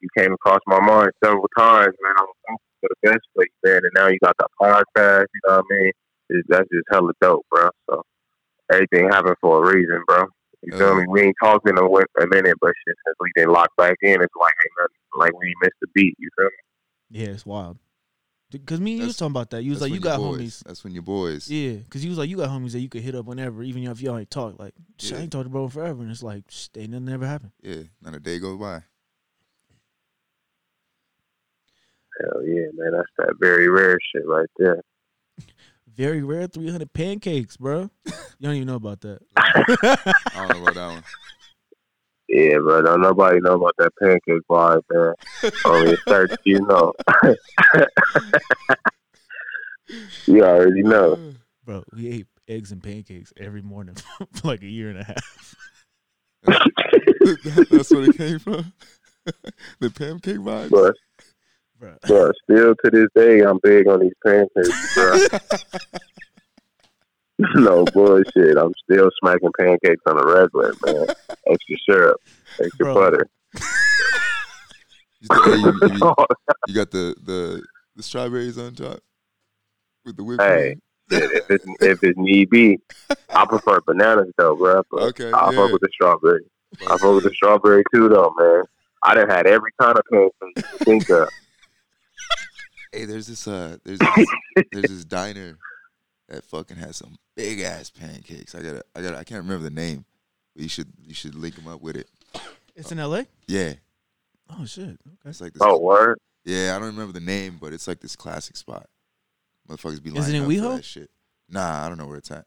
you came across my mind several times, man. I'm thankful for the best for you, man. And now you got the podcast. You know what I mean? It's, that's just hella dope, bro. So everything happened for a reason, bro. You feel
Yeah.
me? We ain't talked in a, wi- a minute, but shit, since we didn't lock back in, it's like ain't nothing. Like we ain't missed a beat. You feel me?
Yeah, it's wild. Because me and you was
That's-
talking about that. You was
That's
like,
when
you
your
got homies.
boys- That's when your boys.
Yeah, because he was like, you got homies that you could hit up whenever, even if y'all ain't talk. Like, shit, I
Yeah.
ain't talked to bro in forever, and it's like, shh, they nothing ever happened.
Yeah, not a day goes by.
Hell yeah, man. That's that very rare shit right there.
Very rare, three hundred pancakes, bro. you don't even know about that.
I don't know about that one.
Yeah, bro. Don't nobody know about that pancake vibe, man. Only a thirty, you know. you already know.
Bro, we ate eggs and pancakes every morning for like a year and a half.
That's where it came from. the pancake vibes.
But,
Bro,
but still to this day, I'm big on these pancakes, bro. no bullshit. I'm still smacking pancakes on a regular, man. Extra syrup, extra
Bro.
butter. Oh,
You, still- you- you- you got the, the the strawberries on top with the whipped
Hey.
cream?
if, it's, if it's need be, I prefer bananas though, bro. But
Okay,
I
yeah.
fuck with the strawberry. I fuck with the strawberry too, though, man. I done had every kind of pancake you could think of.
Hey, there's this uh, there's this, there's this diner that fucking has some big ass pancakes. I got to I got to I can't remember the name, but you should you should link them up with it.
it's in L.A.
Yeah,
Oh shit. Okay.
it's like this.
Oh, word.
Yeah, I don't remember the name, but it's like this classic spot. Motherfuckers be
Is it in
lining up
WeHo?
for that shit. Nah, I don't know where it's at.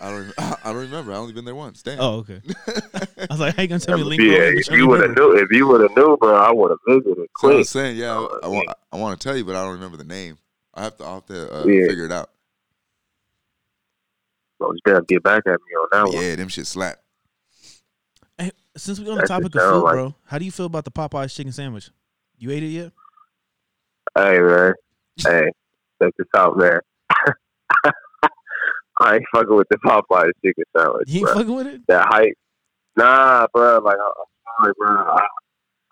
I don't. I don't remember. I only been there once. Damn.
Oh okay. I was like, hey, you gonna tell me link
yeah,
Road, but
if
you
you
don't
would have
remember.
knew, if you would have knew, bro, I would have visited
So I'm
quick.
saying, yeah,
Uh,
I, want. I want to tell you, but I don't remember the name. I have to. I have to uh,
Yeah.
figure it out.
So you better get back at me on that one.
Yeah, them shit slap.
Hey, since we on the
That's
topic
just
of
sound
food,
like-
bro, how do you feel about the Popeyes chicken sandwich? You ate it yet?
Hey, man. Hey, check this out, man. I ain't fucking with the Popeyes chicken sandwich,
You ain't
bro.
fucking with it?
that hype. Nah, bro. Like, I'm sorry, bro. I,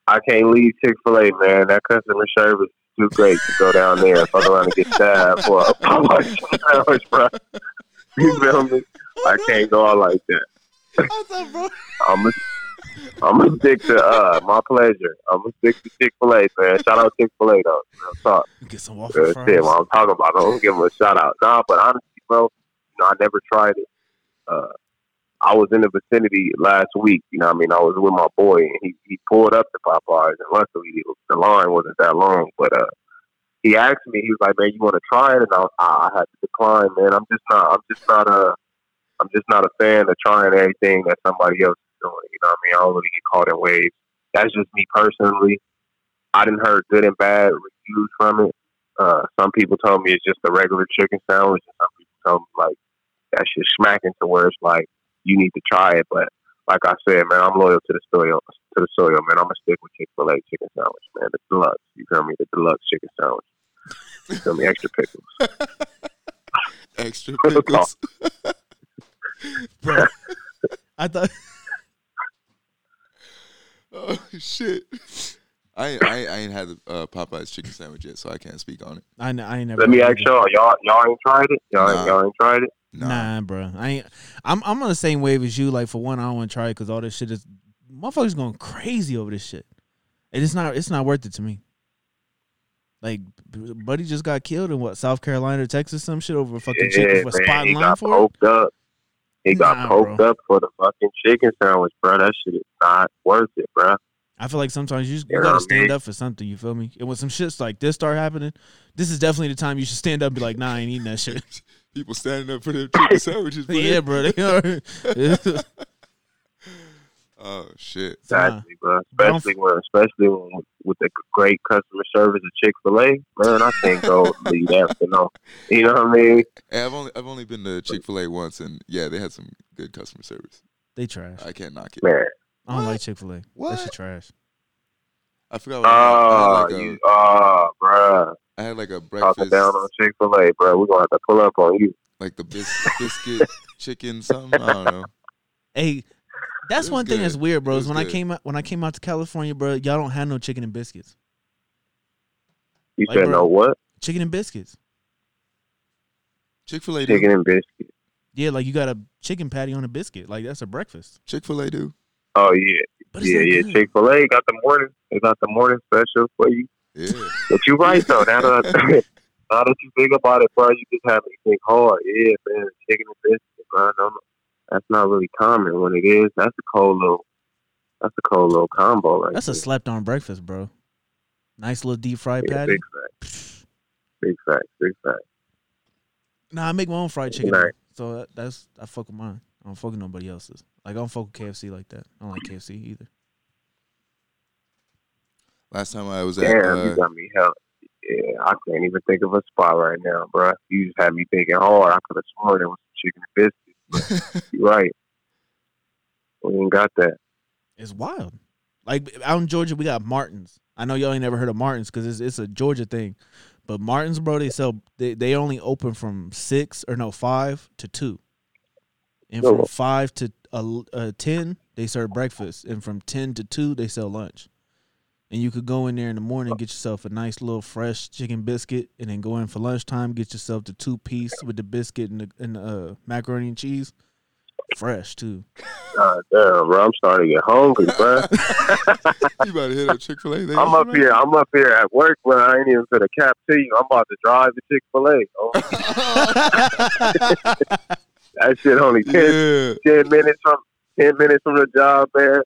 I can't leave Chick Fil A, man. That customer service is too great to go down there and fuck around and get stabbed for a Popeyes chicken sandwich, bro. You feel me? I can't go out like that.
What's up, bro?
I'm a, I'm gonna stick to uh, my pleasure. I'm gonna stick to Chick Fil A, man. Shout out Chick Fil A though. Real talk.
Get some waffle
Real shit. While
fries.
Uh, I'm talking about, it, I'm gonna give them a shout out. Nah, but honestly, bro, you know, I never tried it. Uh, I was in the vicinity last week. You know, what I mean, I was with my boy, and he he pulled up to Popeyes, and luckily the- the line wasn't that long. But uh, he asked me, he was like, "Man, you want to try it?" And I, I I had to decline, man. I'm just not. I'm just not a. I'm just not a fan of trying everything that somebody else is doing. You know what I mean? I don't really get caught in waves. That's just me personally. I didn't heard good and bad reviews from it. Uh, some people told me it's just a regular chicken sandwich, and some people told me like that shit smacking to where it's like you need to try it. But like I said, man, I'm loyal to the soil. To the soil, man. I'm gonna stick with Chick Fil A chicken sandwich, man. The deluxe, you feel me? The deluxe chicken sandwich. You feel me? Extra pickles.
Extra pickles.
Bro, I thought
oh shit! I I, I ain't had the uh, Popeyes chicken sandwich yet, so I can't speak on it.
I know I ain't never.
Let me
had
ask
it.
y'all. Y'all, y'all ain't tried it. Y'all, ain't
Nah.
y'all ain't tried it.
Nah,
Nah, bro. I ain't. I'm I'm on the same wave as you. Like for one, I don't want to try it because all this shit is motherfuckers going crazy over this shit, and it's not it's not worth it to me. Like, b- buddy just got killed in what South Carolina, or Texas, some shit over a fucking chicken for spot
he
in line
got
for it.
poked up. He
Nah,
got poked
bro.
up for the fucking chicken sandwich, bro. That shit is not worth it, bro.
I feel like sometimes you, just,
You
you
know
gotta
what I
stand
mean?
up for something. You feel me? And when some shits like this start happening, this is definitely the time you should stand up and be like, Nah, I ain't eating that shit.
people standing up for their chicken sandwiches. man.
yeah, bro. They are.
Oh shit!
Exactly,
Uh-huh.
bro.
But I'm-
Especially when, especially when, with the great customer service of Chick Fil A, man. I can't go leave that for no. You know what I mean?
Hey, I've only I've only been to Chick Fil A once, and yeah, they had some good customer service.
they trash.
I can't knock it.
Man,
I don't
What?
like Chick Fil A. That
What?
shit trash.
I forgot. What I, had. I, had like
oh, you,
a,
uh,
oh, bro,
I had like a breakfast,
talking down on Chick Fil A, bro. We're gonna have to pull up on you.
like the bis- biscuit chicken something. I don't know.
Hey, that's
It was
one thing
good.
that's weird, bro.
It
Is
was
when I
good.
came out when I came out to California, bro, y'all don't have no chicken and biscuits.
You
Like,
said
bro,
no what?
Chicken and biscuits.
Chick Fil A
Chicken
do.
and biscuit.
Yeah, like you got a chicken patty on a biscuit. Like that's a breakfast.
Chick Fil A do.
Oh yeah,
But it's
yeah,
not
yeah.
good.
Chick Fil A got the morning. They got the morning special for you.
Yeah.
But you right though. Now that I, now that you think about it, bro, you just have to think hard. Yeah, man, chicken and biscuit, bro. No, no. that's not really common. When it is, that's a cold little, that's a cold little combo right
That's a
there.
slapped on breakfast, bro. Nice little deep fried
Yeah,
patty.
big fact, big fact, big fact.
Nah, I make my own fried chicken.
Right.
though. So that, that's I fuck with mine. I don't fuck with nobody else's. Like I don't fuck with KFC like that. I don't like KFC either.
Last time I was at
Damn,
uh,
you got me hell. Yeah, I can't even think of a spot right now, bro. You just had me thinking hard. I could have sworn it was chicken and biscuit. you right. We ain't got that.
It's wild. Like out in Georgia, we got Martins. I know y'all ain't never heard of Martins because it's it's a Georgia thing. But Martins, bro, they sell they, they only open from six or no five to two, and from
Oh.
five to uh, uh, ten they serve breakfast, and from ten to two they sell lunch. And you could go in there in the morning, get yourself a nice little fresh chicken biscuit, and then go in for lunchtime, get yourself the two piece with the biscuit and the, and the uh, macaroni and cheese, fresh too.
God damn, bro. I'm starting to get hungry, bro.
you about to hit up Chick Fil A.
I'm up here. I'm up here at work, but I ain't even finna cap to you. I'm about to drive to Chick Fil A. Oh, that shit only 10,
yeah.
10 minutes from ten minutes from the job, man.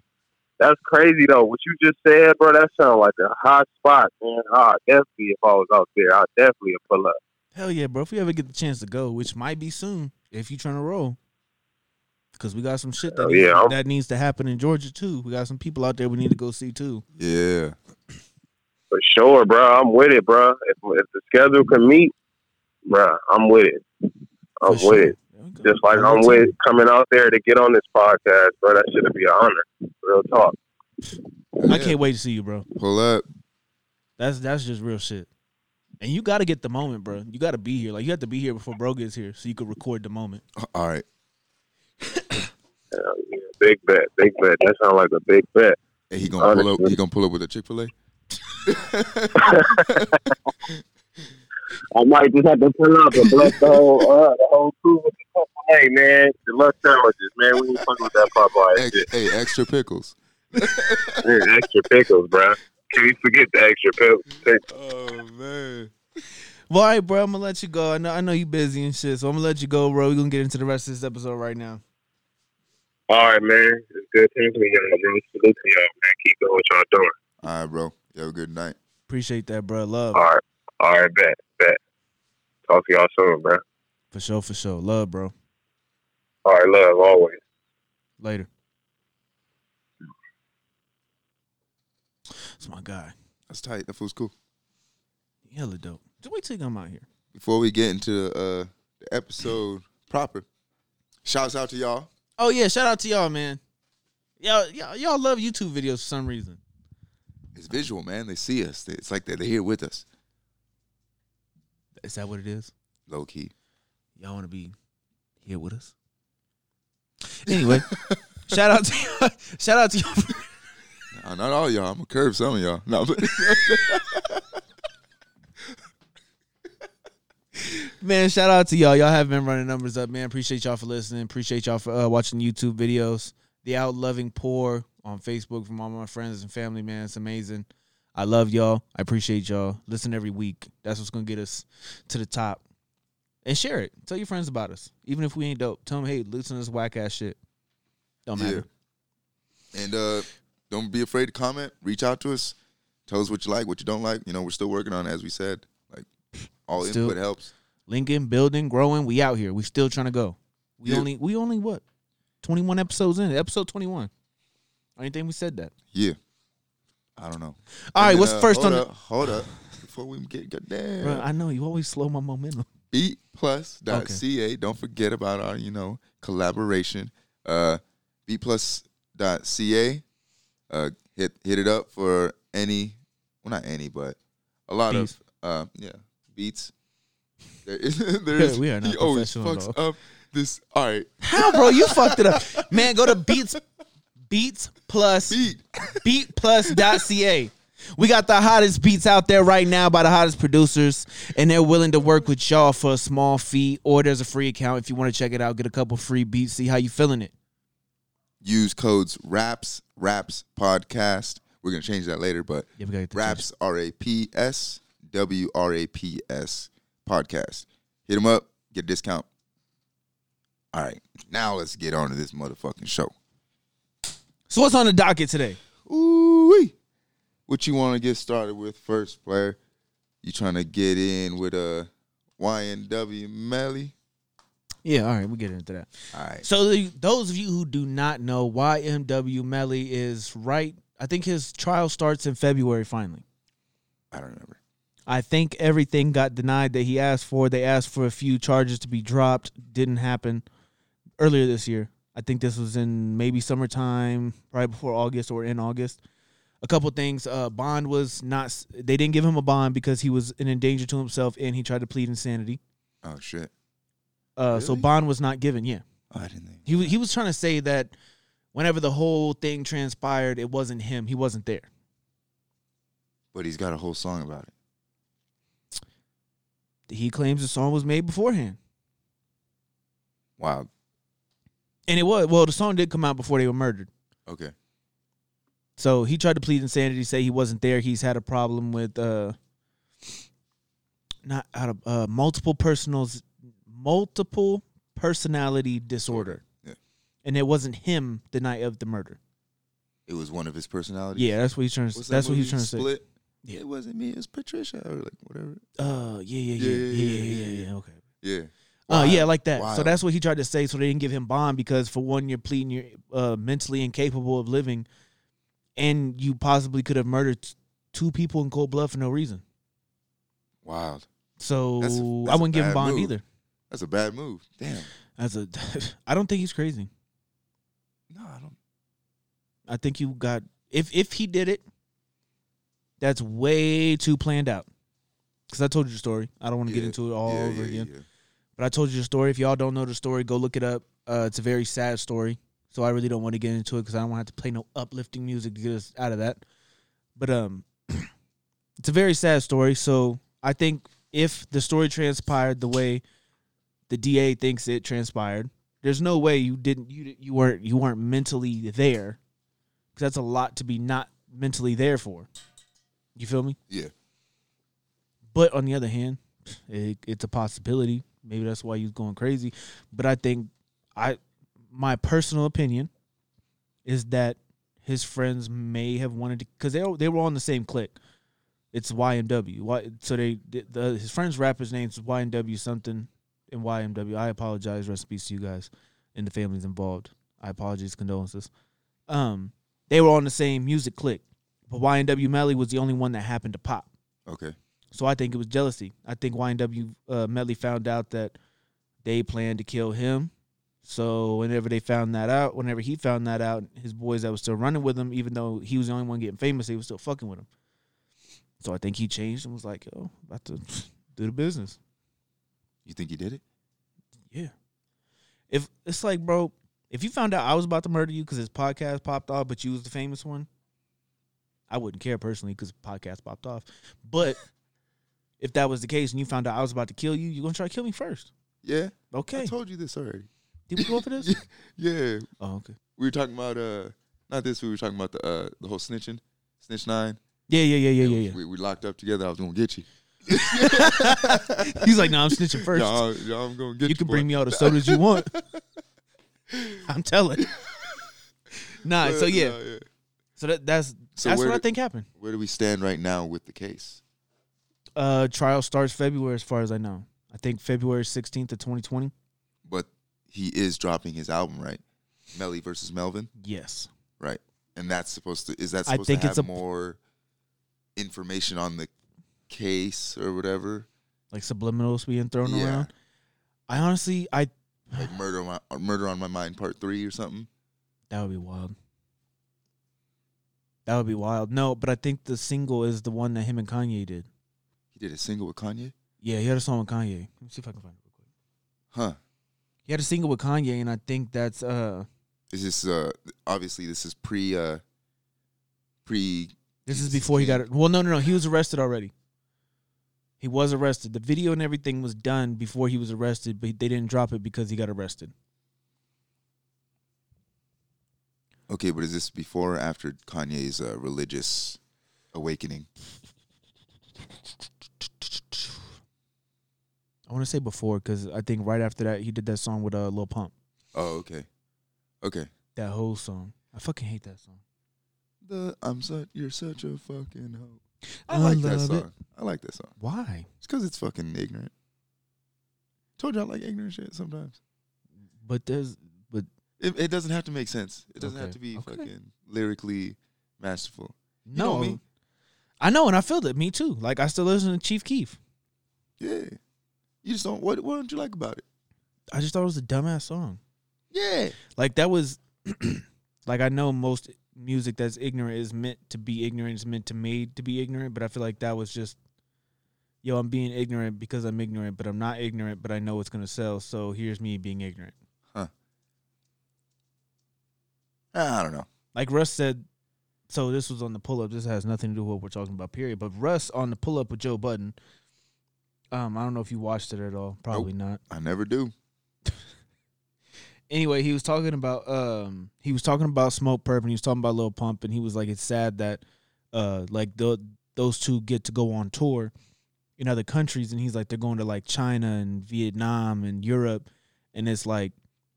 That's crazy though. What you just said, bro. That sounds like a hot spot, man. Ah, definitely. If I was out there, I definitely would pull up.
Hell yeah, bro. If we ever get the chance to go, which might be soon, if you trying to roll. Because we got some shit that,
Hell
needs,
yeah, I'm-
that needs to happen in Georgia, too. We got some people out there we need to go see, too.
Yeah.
For sure, bro. I'm with it, bro. If, if the schedule can meet, bro, I'm with it. I'm
For
with
sure.
it.
There we go.
Just like
One more
I'm
time.
with coming out there to get on this podcast, bro. That should be an honor. Real talk.
I
Yeah.
can't wait to see you, bro.
Pull up.
That's that's just real shit. And you got to get the moment, bro. You got to be here. Like, you have to be here before bro gets here so you can record the moment.
All right.
Hell yeah, big bet, big bet. That sounds like a big bet.
Hey, he gonna pull up.
Honestly.
He gonna pull up with a Chick Fil A.
I might just have to pull up and bless the whole, uh, the whole crew with the Hey man, the love sandwiches, man. We ain't fucking with that Popeye
Ex-
shit.
hey, extra pickles.
They're extra pickles, bro. Can you forget the extra pickles?
Oh man.
Well, all right, bro, I'm gonna let you go. I know I know you busy and shit, so I'm gonna let you go, bro. We're gonna get into the rest of this episode right now.
All right, man. It's good talking to y'all, bro. Salute to y'all, man. Keep doing what y'all doing.
All right, bro. You have a good night.
Appreciate that, bro. Love.
All right. All right, bet. Bet. Talk to y'all soon, bro.
For sure, for sure. Love, bro.
All right, love, always.
Later. It's my guy.
That's tight. That feels cool.
Hella dope. Just wait till you come out here.
Before we get into uh, the episode proper, shouts out to y'all.
Oh yeah, shout out to y'all, man. Y'all, y'all, y'all love YouTube videos for some reason.
It's visual, man. They see us. They- It's like they're they're here with us.
Is that what it is?
Low key.
Y'all want to be here with us? Anyway, shout out to y'all. shout out to y'all.
Nah, not all y'all. I'm gonna curb some of y'all. No, but
Man, shout out to y'all. Y'all have been running numbers up, man. Appreciate y'all for listening. Appreciate y'all for uh, watching YouTube videos. The Out Loving Poor on Facebook from all my friends and family, man. It's amazing. I love y'all. I appreciate y'all. Listen every week. That's what's going to get us to the top. And share it. Tell your friends about us. Even if we ain't dope, tell them, hey, listen to this whack ass shit. Don't
Yeah.
matter.
and uh, don't be afraid to comment. Reach out to us. Tell us what you like, what you don't like. You know, we're still working on it, as we said. Like all
Still-
input helps.
Lincoln, building, growing. We out here. We still trying to go. We
Yeah.
only, we only what? 21 episodes in. Episode 21. I didn't think we said that.
Yeah. I don't
All
know.
right,
And then,
what's
uh,
first on
hold
the-
up, hold up. Before we get goddamn
Bro, I know you always slow my momentum.
beatplus.ca.
Okay.
ca. Don't forget about our, you know, collaboration. Uh beatplus.ca. Uh hit hit it up for any well not any, but a lot
Beef.
of uh yeah, beats. There is there is
We are not
he always
professional
fucks
at
up this all right.
How, bro? You fucked it up, man. Go to Beats Beats Plus
Beat.
BeatPlus.ca. We got the hottest beats out there right now by the hottest producers, and they're willing to work with y'all for a small fee. Or there's a free account if you want to check it out. Get a couple free beats. See how you feeling it.
Use codes RAPS, RAPS podcast. We're gonna change that later, but
Yeah, we gotta get the
Raps R A P S W R A P S podcast. Hit them up, get a discount. All right, now let's get on to this motherfucking show.
So what's on the docket today?
Ooh, what you want to get started with first, player? You trying to get in with a YNW Melly?
Yeah, all right, we get into that.
All right,
So the, those of you who do not know, YMW Melly is right. I think his trial starts in February. Finally.
I don't remember.
I think everything got denied that he asked for. They asked for a few charges to be dropped. Didn't happen earlier this year. I think this was in maybe summertime, right before August or in August. A couple things. Uh, bond was not. s- They didn't give him a bond because he was an endanger to himself and he tried to plead insanity.
Oh shit,
Uh, So
Really?
bond was not given. Yeah,
oh, I didn't think.
he wa- he was trying to say that whenever the whole thing transpired, it wasn't him. He wasn't there.
But he's got a whole song about it.
He claims the song was made beforehand.
Wow.
And it was. Well, the song did come out before they were murdered.
Okay.
So he tried to plead insanity, say he wasn't there. He's had a problem with uh, not out of uh, multiple personals, multiple personality disorder,
Yeah.
and it wasn't him the night of the murder.
It was one of his personalities.
Yeah, that's what he's trying to.
What's that
that's what he's
movie,
trying to say.
Split?
Yeah.
It wasn't me. It was Patricia or like whatever.
Uh, yeah, yeah, yeah, yeah, yeah, yeah, yeah. okay.
Yeah.
Uh,
Wild,
yeah, like that. So
wild.
that's what he tried to say. So they didn't give him bond because, for one, you're pleading you're uh, mentally incapable of living, and you possibly could have murdered t- two people in cold blood for no reason.
wild.
So
That's a-
I
that's a
wouldn't give him
bad
bond
move.
either.
That's a bad move. Damn.
As a, I don't think he's crazy.
No, I don't.
I think you got if if he did it, that's way too planned out. Because I told you the story. I don't want to get
Yeah.
into it all
yeah,
over
yeah,
again.
yeah.
But I told you the story. If y'all don't know the story, go look it up. Uh, it's a very sad story. So I really don't want to get into it because I don't want to have to play no uplifting music to get us out of that. But um, it's a very sad story. So I think if the story transpired the way the DA thinks it transpired, there's no way you didn't you you weren't you weren't mentally there 'Cause that's a lot to be not mentally there for. You feel me?
Yeah.
But on the other hand, it, it's a possibility. Maybe that's why you're going crazy. But I think I, my personal opinion, is that his friends may have wanted to because they they were on the same clique. It's YMW. Why? So they the, the- his friends' rappers' names is YMW something and YMW. I apologize. Recipes to you guys and the families involved. I apologize. Condolences. Um, they were on the same music clique, but YMW Melly was the only one that happened to pop.
Okay.
So I think it was jealousy. I think YNW uh, Medley found out that they planned to kill him. So whenever they found that out, whenever he found that out, his boys that was still running with him, even though he was the only one getting famous, they was still fucking with him. So I think he changed and was like, "Yo, about to do the business."
You think he did it?
Yeah. If it's like, bro, if you found out I was about to murder you because this podcast popped off, but you was the famous one, I wouldn't care personally because podcast popped off. But if that was the case and you found out I was about to kill you, you're gonna try to kill me first.
Yeah. I
Okay.
told you this already.
Did we go over this?
Yeah.
oh, okay.
We were talking about uh not this, we were talking about the uh the whole snitching, snitch nine.
Yeah, yeah, yeah, yeah, yeah,
We, we locked up together, I was gonna get you.
yeah. He's like, no, I'm snitching 1st
Y'all, y'all, I'm gonna get you.
you can
boy.
bring me all the sodas you want. I'm telling. Nah, so
But,
yeah.
no,
So that, that's
So
that's
where
what I
do-
think happened.
Where do we stand right now with the case?
Uh trial starts February as far as I know. I think February 16th of 2020.
But he is dropping his album, right? Melly versus Melvin,
Yes.
right? And that's supposed to is that
I
supposed
think
to
it's
have
a-
more information on the case or whatever?
Like subliminals being thrown
Yeah.
around. I honestly I
Like murder on my or murder on my mind part three or something.
that would be wild. That would be wild. No, but I think the single is the one that him and Kanye did.
He did a single with Kanye?
Yeah, he had a song with Kanye. Let me see if I can find it real quick.
Huh.
He had a single with Kanye and I think that's uh
This is uh obviously this is pre uh pre
this is
Jesus
before he got
King.
it. Well, no, no, no. He was arrested already. He was arrested. The video and everything was done before he was arrested, but they didn't drop it because he got arrested.
Okay, but is this before or after Kanye's uh, religious awakening?
I want to say before because I think right after that he did that song with uh, Lil Pump.
Oh, okay. Okay.
That whole song. I fucking hate that song.
The I'm such you're such a fucking hoe. I,
I
like that
love
song.
it.
I like that song.
Why?
It's cuz it's fucking ignorant. Told you I like ignorant shit sometimes.
But there's but
It, it doesn't have to make sense. It doesn't have
Okay.
to be
Okay.
fucking lyrically masterful.
no.
know me.
I know, and I feel it. Me too. Like I still listen to Chief Keef.
Yeah. You just don't what what don't you like about it?
I just thought it was a dumbass song.
Yeah.
Like that was like I know most music that's ignorant is meant to be ignorant, it's meant to made to be ignorant, but I feel like that was just yo, I'm being ignorant because I'm ignorant, but I'm not ignorant, but I know it's gonna sell, so here's me being ignorant.
I don't know.
Like Russ said so this was on the pull up, this has nothing to do with what we're talking about, period. But Russ on the pull up with Joe Budden. Um, I don't know if you watched it at all. Probably not.
I never do.
anyway, he was talking about um he was talking about Smoke Perp and he was talking about Lil Pump and he was like it's sad that uh like the those two get to go on tour in other countries and he's like they're going to like China and Vietnam and Europe and it's like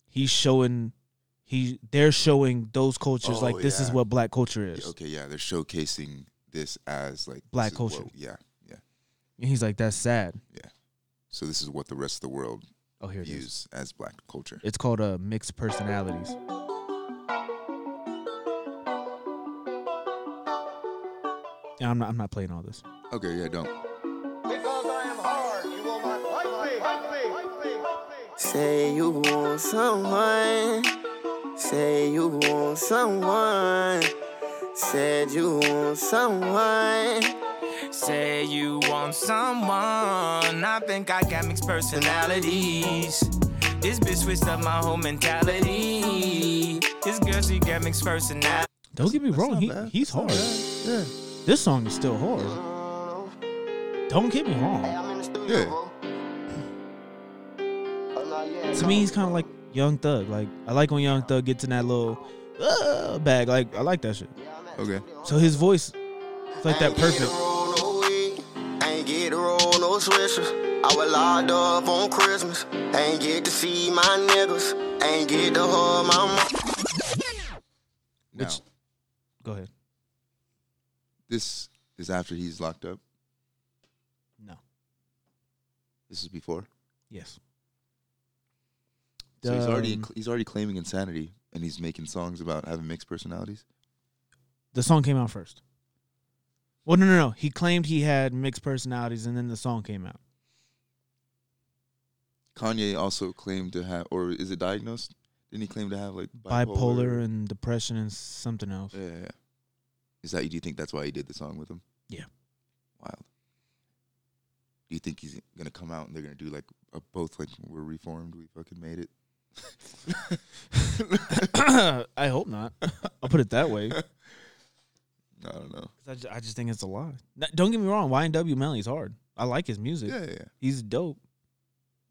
he's showing he they're showing those cultures
Oh,
like this is
yeah.
what black culture
Yeah,
is.
okay, yeah, they're showcasing this as like
Black
this is what-
culture.
yeah, yeah.
And he's like that's sad.
So this is what the rest of the world
Oh here it is.
views as black culture.
It's called uh, mixed personalities. And I'm not I'm not playing all this.
Okay, yeah, don't.
Say you want someone. Say you want someone. Said you want someone.
Say you want someone. I think I got mixed personalities. This bitch switched up my whole mentality. This girl, she got mixed personalities.
Don't get me wrong,
not
he,
bad.
he's hard.
Yeah,
This song is still hard. Don't get me wrong.
yeah.
To me, he's kind of like Young Thug. Like I like when Young Thug gets in that little uh, bag. Like I like that shit.
Okay.
So his voice, it's like that
I ain't get
perfect.
to roll no weed. I ain't get to roll no swishers. I was locked up on Christmas. I ain't get to see my niggas. I ain't get to hug my mom.
Now,
Which- Go ahead.
this is after he's locked up.
No.
This is before.
Yes.
So he's already
Um,
he's already claiming insanity, and he's making songs about having mixed personalities.
the song came out first. Well, no, no, no. He claimed he had mixed personalities, and then the song came out.
Kanye also claimed to have, or is it diagnosed? Didn't he claim to have like
Bipolar, and depression and something else.
Yeah, yeah, yeah. Is that? Do you think that's why he did the song with him?
Yeah.
Wild. Do you think he's gonna come out and they're gonna do like a, both like we're reformed, we fucking made it?
I hope not. I'll put it that way.
I don't know.
'Cause I ju- I just think it's a lie. N- Don't get me wrong. YNW Melly's hard. I like his music.
Yeah, yeah, yeah.
He's dope.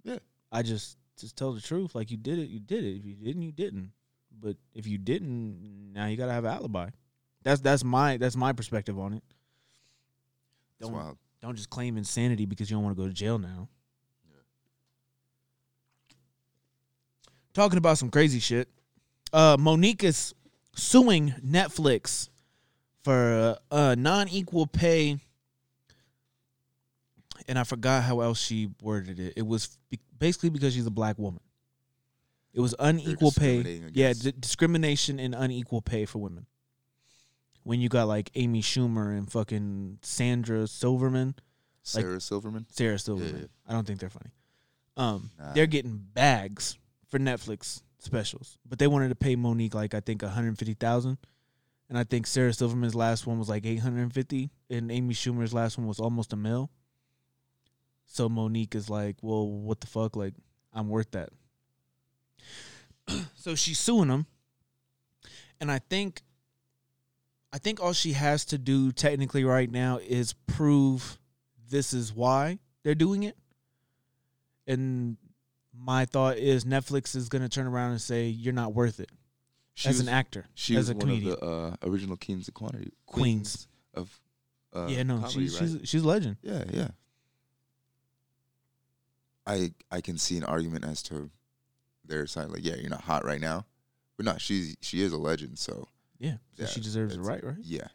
Yeah.
I just just tell the truth. Like you did it, you did it. If you didn't, you didn't. But if you didn't, now you gotta have an alibi. That's that's my that's my perspective on it.
It's
Don't
wild.
don't just claim insanity because you don't want to go to jail now. Talking about some crazy shit. Uh, Monique is suing Netflix for uh, uh, non-equal pay, and I forgot how else she worded it. It was be- basically because she's a black woman. It was unequal pay.
discriminating
Yeah,
against-
d- discrimination and unequal pay for women. When you got like Amy Schumer and fucking Sandra Silverman, like-
Sarah Silverman.
Sarah Silverman.
yeah.
I don't think they're funny. Um,
Nah.
they're getting bags for Netflix specials, but they wanted to pay Monique like I think one hundred fifty thousand, and I think Sarah Silverman's last one was like eight hundred and fifty, and Amy Schumer's last one was almost a mil. So Monique is like, well, what the fuck? Like, I'm worth that. so she's suing him, and I think, I think all she has to do technically right now is prove this is why they're doing it. And my thought is Netflix is going to turn around and say you're not worth it
She
as
was,
an actor,
she
as
was
a
one
comedian.
of the uh, original kings of quantity.
Queens.
of. Uh,
yeah, no,
comedy,
she,
right?
she's she's a legend.
Yeah, yeah. I I can see an argument as to their side. Like, yeah, you're not hot right now, but no, she's she is a legend. So
Yeah, so
Yeah,
she deserves it,
that's-
right? Right.
yeah,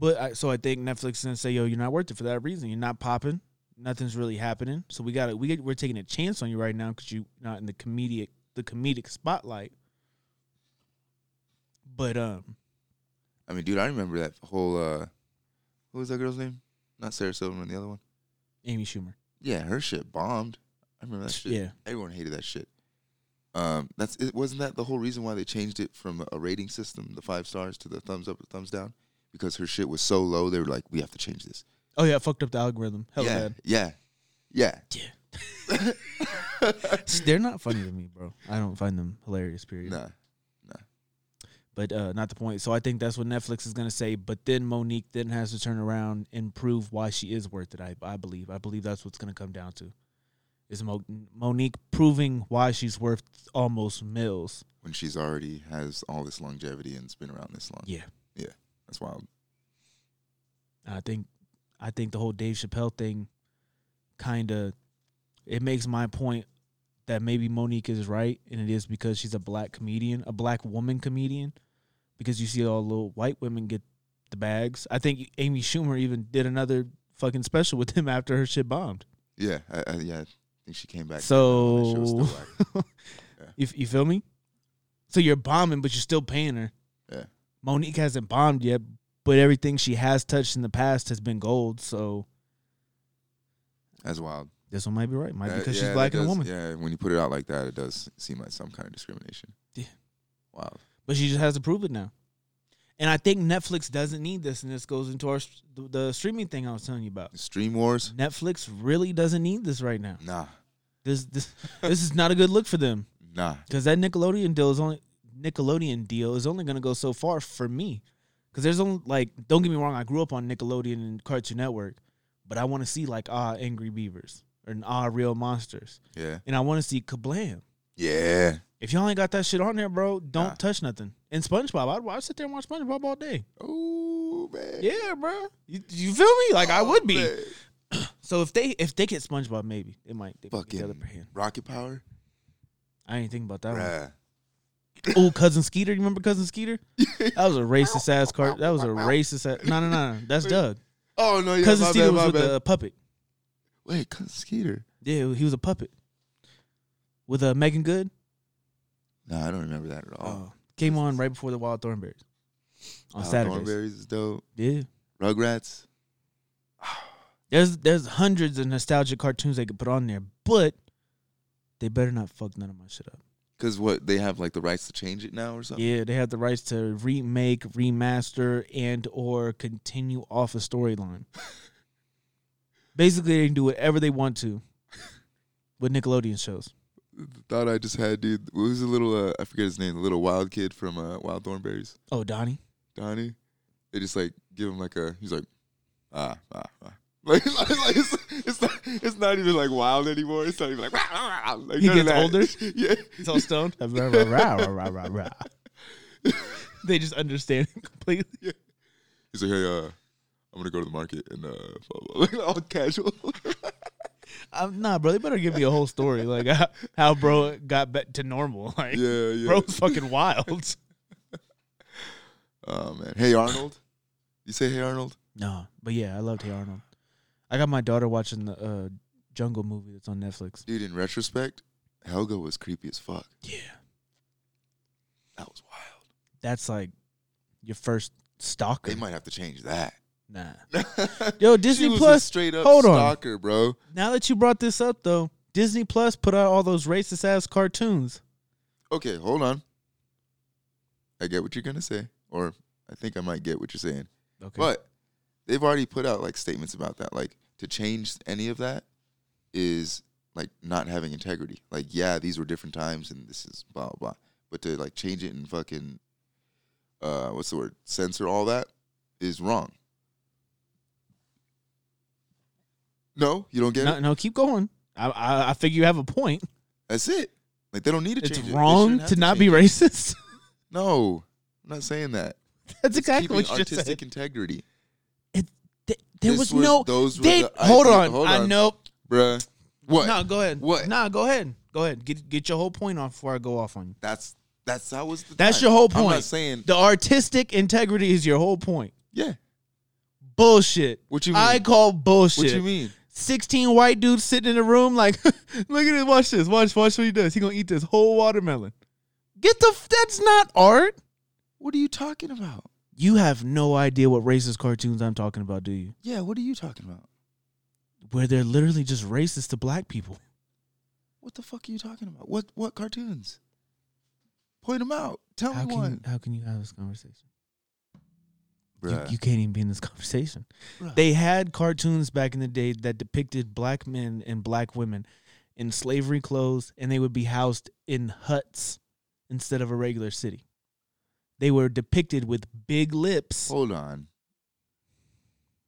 But I, so I think Netflix is gonna say, "Yo, you're not worth it for that reason. You're not popping. Nothing's really happening. So we got to we get, we're taking a chance on you right now because you're not in the comedic the comedic spotlight." But um,
I mean, dude, I remember that whole. uh What was that girl's name? Not Sarah Silverman, the other one.
Amy Schumer.
Yeah, her shit bombed. I remember that shit.
Yeah.
everyone hated that shit. Um, that's it. Wasn't that the whole reason why they changed it from a rating system, the five stars, to the thumbs up or thumbs down? Because her shit was so low, they were like, "We have to change this."
Oh yeah, I fucked up the algorithm. Hell
yeah,
bad.
yeah, yeah.
See, They're not funny to me, bro. I don't find them hilarious. Period.
Nah.
But uh, not the point. So I think that's what Netflix is gonna say. But then Monique then has to turn around and prove why she is worth it. I I believe. I believe that's what's gonna come down to. Is Mo- Monique proving why she's worth almost mills?
when she's already has all this longevity and's been around this long.
Yeah.
That's wild.
I think I think the whole Dave Chappelle thing kind of it makes my point that maybe Monique is right and it is because she's a black comedian, a black woman comedian because you see all little white women get the bags. I think Amy Schumer even did another fucking special with him after her shit bombed.
Yeah, I, I, yeah. I think she came back.
So-
That shit was still whack.
You, you feel me? So you're bombing but you're still paying her.
Yeah.
Monique hasn't bombed yet, but everything she has touched in the past has been gold, so
that's wild.
this one might be right. Might be
That-
because
Uh, yeah,
she's
that
black and a
does-
woman.
Yeah, when you put it out like that, it does seem like some kind of discrimination.
Yeah.
Wow.
but she just has to prove it now. And I think Netflix doesn't need this, and this goes into our the, the streaming thing I was telling you about.
Stream wars?
Netflix really doesn't need this right now.
Nah,
This this this is not a good look for them
nah.
because that Nickelodeon deal is only Nickelodeon deal is only going to go so far for me. Because there's only like don't get me wrong, I grew up on Nickelodeon and Cartoon Network, but I want to see like ah Angry Beavers or an ah Real Monsters,
Yeah,
and I want to see Kablam.
Yeah.
If y'all ain't got that shit on there, bro, don't
Nah.
touch nothing. And SpongeBob, I'd, I'd sit there and watch SpongeBob all day.
Oh man.
Yeah, bro. You, you feel me? Like I would be.
Oh, Man.
So if they if they get SpongeBob, maybe they might. They might get the
Fucking
other hand.
rocket power.
I ain't thinking about that. one.
Bruh.
Oh, cousin Skeeter, you remember cousin Skeeter? That was a racist ass cart. That was a racist. Ass, no, no, no, no. That's Doug.
Oh no, yeah,
cousin
my
Skeeter
bad,
was
my
with
bad.
a puppet.
Wait, cousin Skeeter.
Yeah, he was a puppet with a uh, Megan Good.
No, I don't remember that at all.
Oh, came on right before the Wild Thornberries on
Wild
Saturdays.
Thornberries is dope.
Yeah,
Rugrats.
there's there's hundreds of nostalgic cartoons they could put on there, but they better not fuck none of my shit up.
Cause what they have like the rights to change it now or something.
Yeah, they have the rights to remake, remaster, and or continue off a storyline. Basically, they can do whatever they want to with Nickelodeon shows.
The thought I just had, dude. What was the little? Uh, I forget his name. The little wild kid from uh, Wild Thornberries,
Oh, Donnie.
Donnie. They just like give him like a. He's like, ah, ah, ah. Like, like, like, it's, it's not. It's not even like wild anymore. It's not even like. Rah, rah, rah. like
He
none of
gets
that. yeah.
He's all stoned. they just understand it completely.
He's like, hey, uh, I'm gonna go to the market and uh, blah, blah, blah. all casual.
I'm, nah, bro, they better give me a whole story like how, how bro got back to normal. Like,
yeah, yeah.
bro's fucking wild.
Oh man. Hey Arnold. You say Hey Arnold?
No, but yeah, I loved Hey Arnold. I got my daughter watching the uh, Jungle movie that's on Netflix.
Dude, in retrospect, Helga was creepy as fuck.
Yeah.
That was wild.
that's like your first stalker.
They might have to change that.
nah. Yo,
she
Disney
was
Plus.
a straight up
hold on.
stalker, bro.
Now that you brought this up, though, Disney Plus put out all those racist ass cartoons.
Okay, hold on. I get what you're gonna say, or I think I might get what you're saying.
Okay.
But they've already put out like statements about that. Like to change any of that is like not having integrity. Like yeah, these were different times and this is blah blah. blah. But to like change it and fucking uh what's the word censor all that is wrong. No, you don't get
no,
it.
no, keep going. I, I I figure you have a point.
That's it. Like they don't need to
It's
change it. They
wrong
shouldn't have
to not
change
be
it.
racist.
No, I'm not saying that.
that's exactly
Keeping
what you just
artistic
said.
integrity,
Th- there
This
was
was-
no.
those were
they,
the
hold,
idea-
on.
hold
I
on.
know.
bruh. What?
No, go ahead.
What?
No, go ahead. Go ahead. Get get your whole point off before I go off on you.
That's that's that was. The
That's
time.
your whole
I'm
point.
not saying
The artistic integrity is your whole point.
yeah.
Bullshit.
What you
I
mean?
call bullshit.
What you mean?
16 white dudes sitting in a room like look at this watch this watch watch what he does he gonna eat this whole watermelon get the f- that's not art
What are you talking about?
you have no idea what racist cartoons i'm talking about do you
Yeah, what are you talking about?
where they're literally just racist to black people
What the fuck are you talking about? What what cartoons? Point them out. Tell
how
me
can, you,
one.
how can you have this conversation you,
Bruh.
you can't even be in this conversation
Bruh.
they had cartoons back in the day that depicted black men and black women in slavery clothes and they would be housed in huts instead of a regular city they were depicted with big lips
Hold on.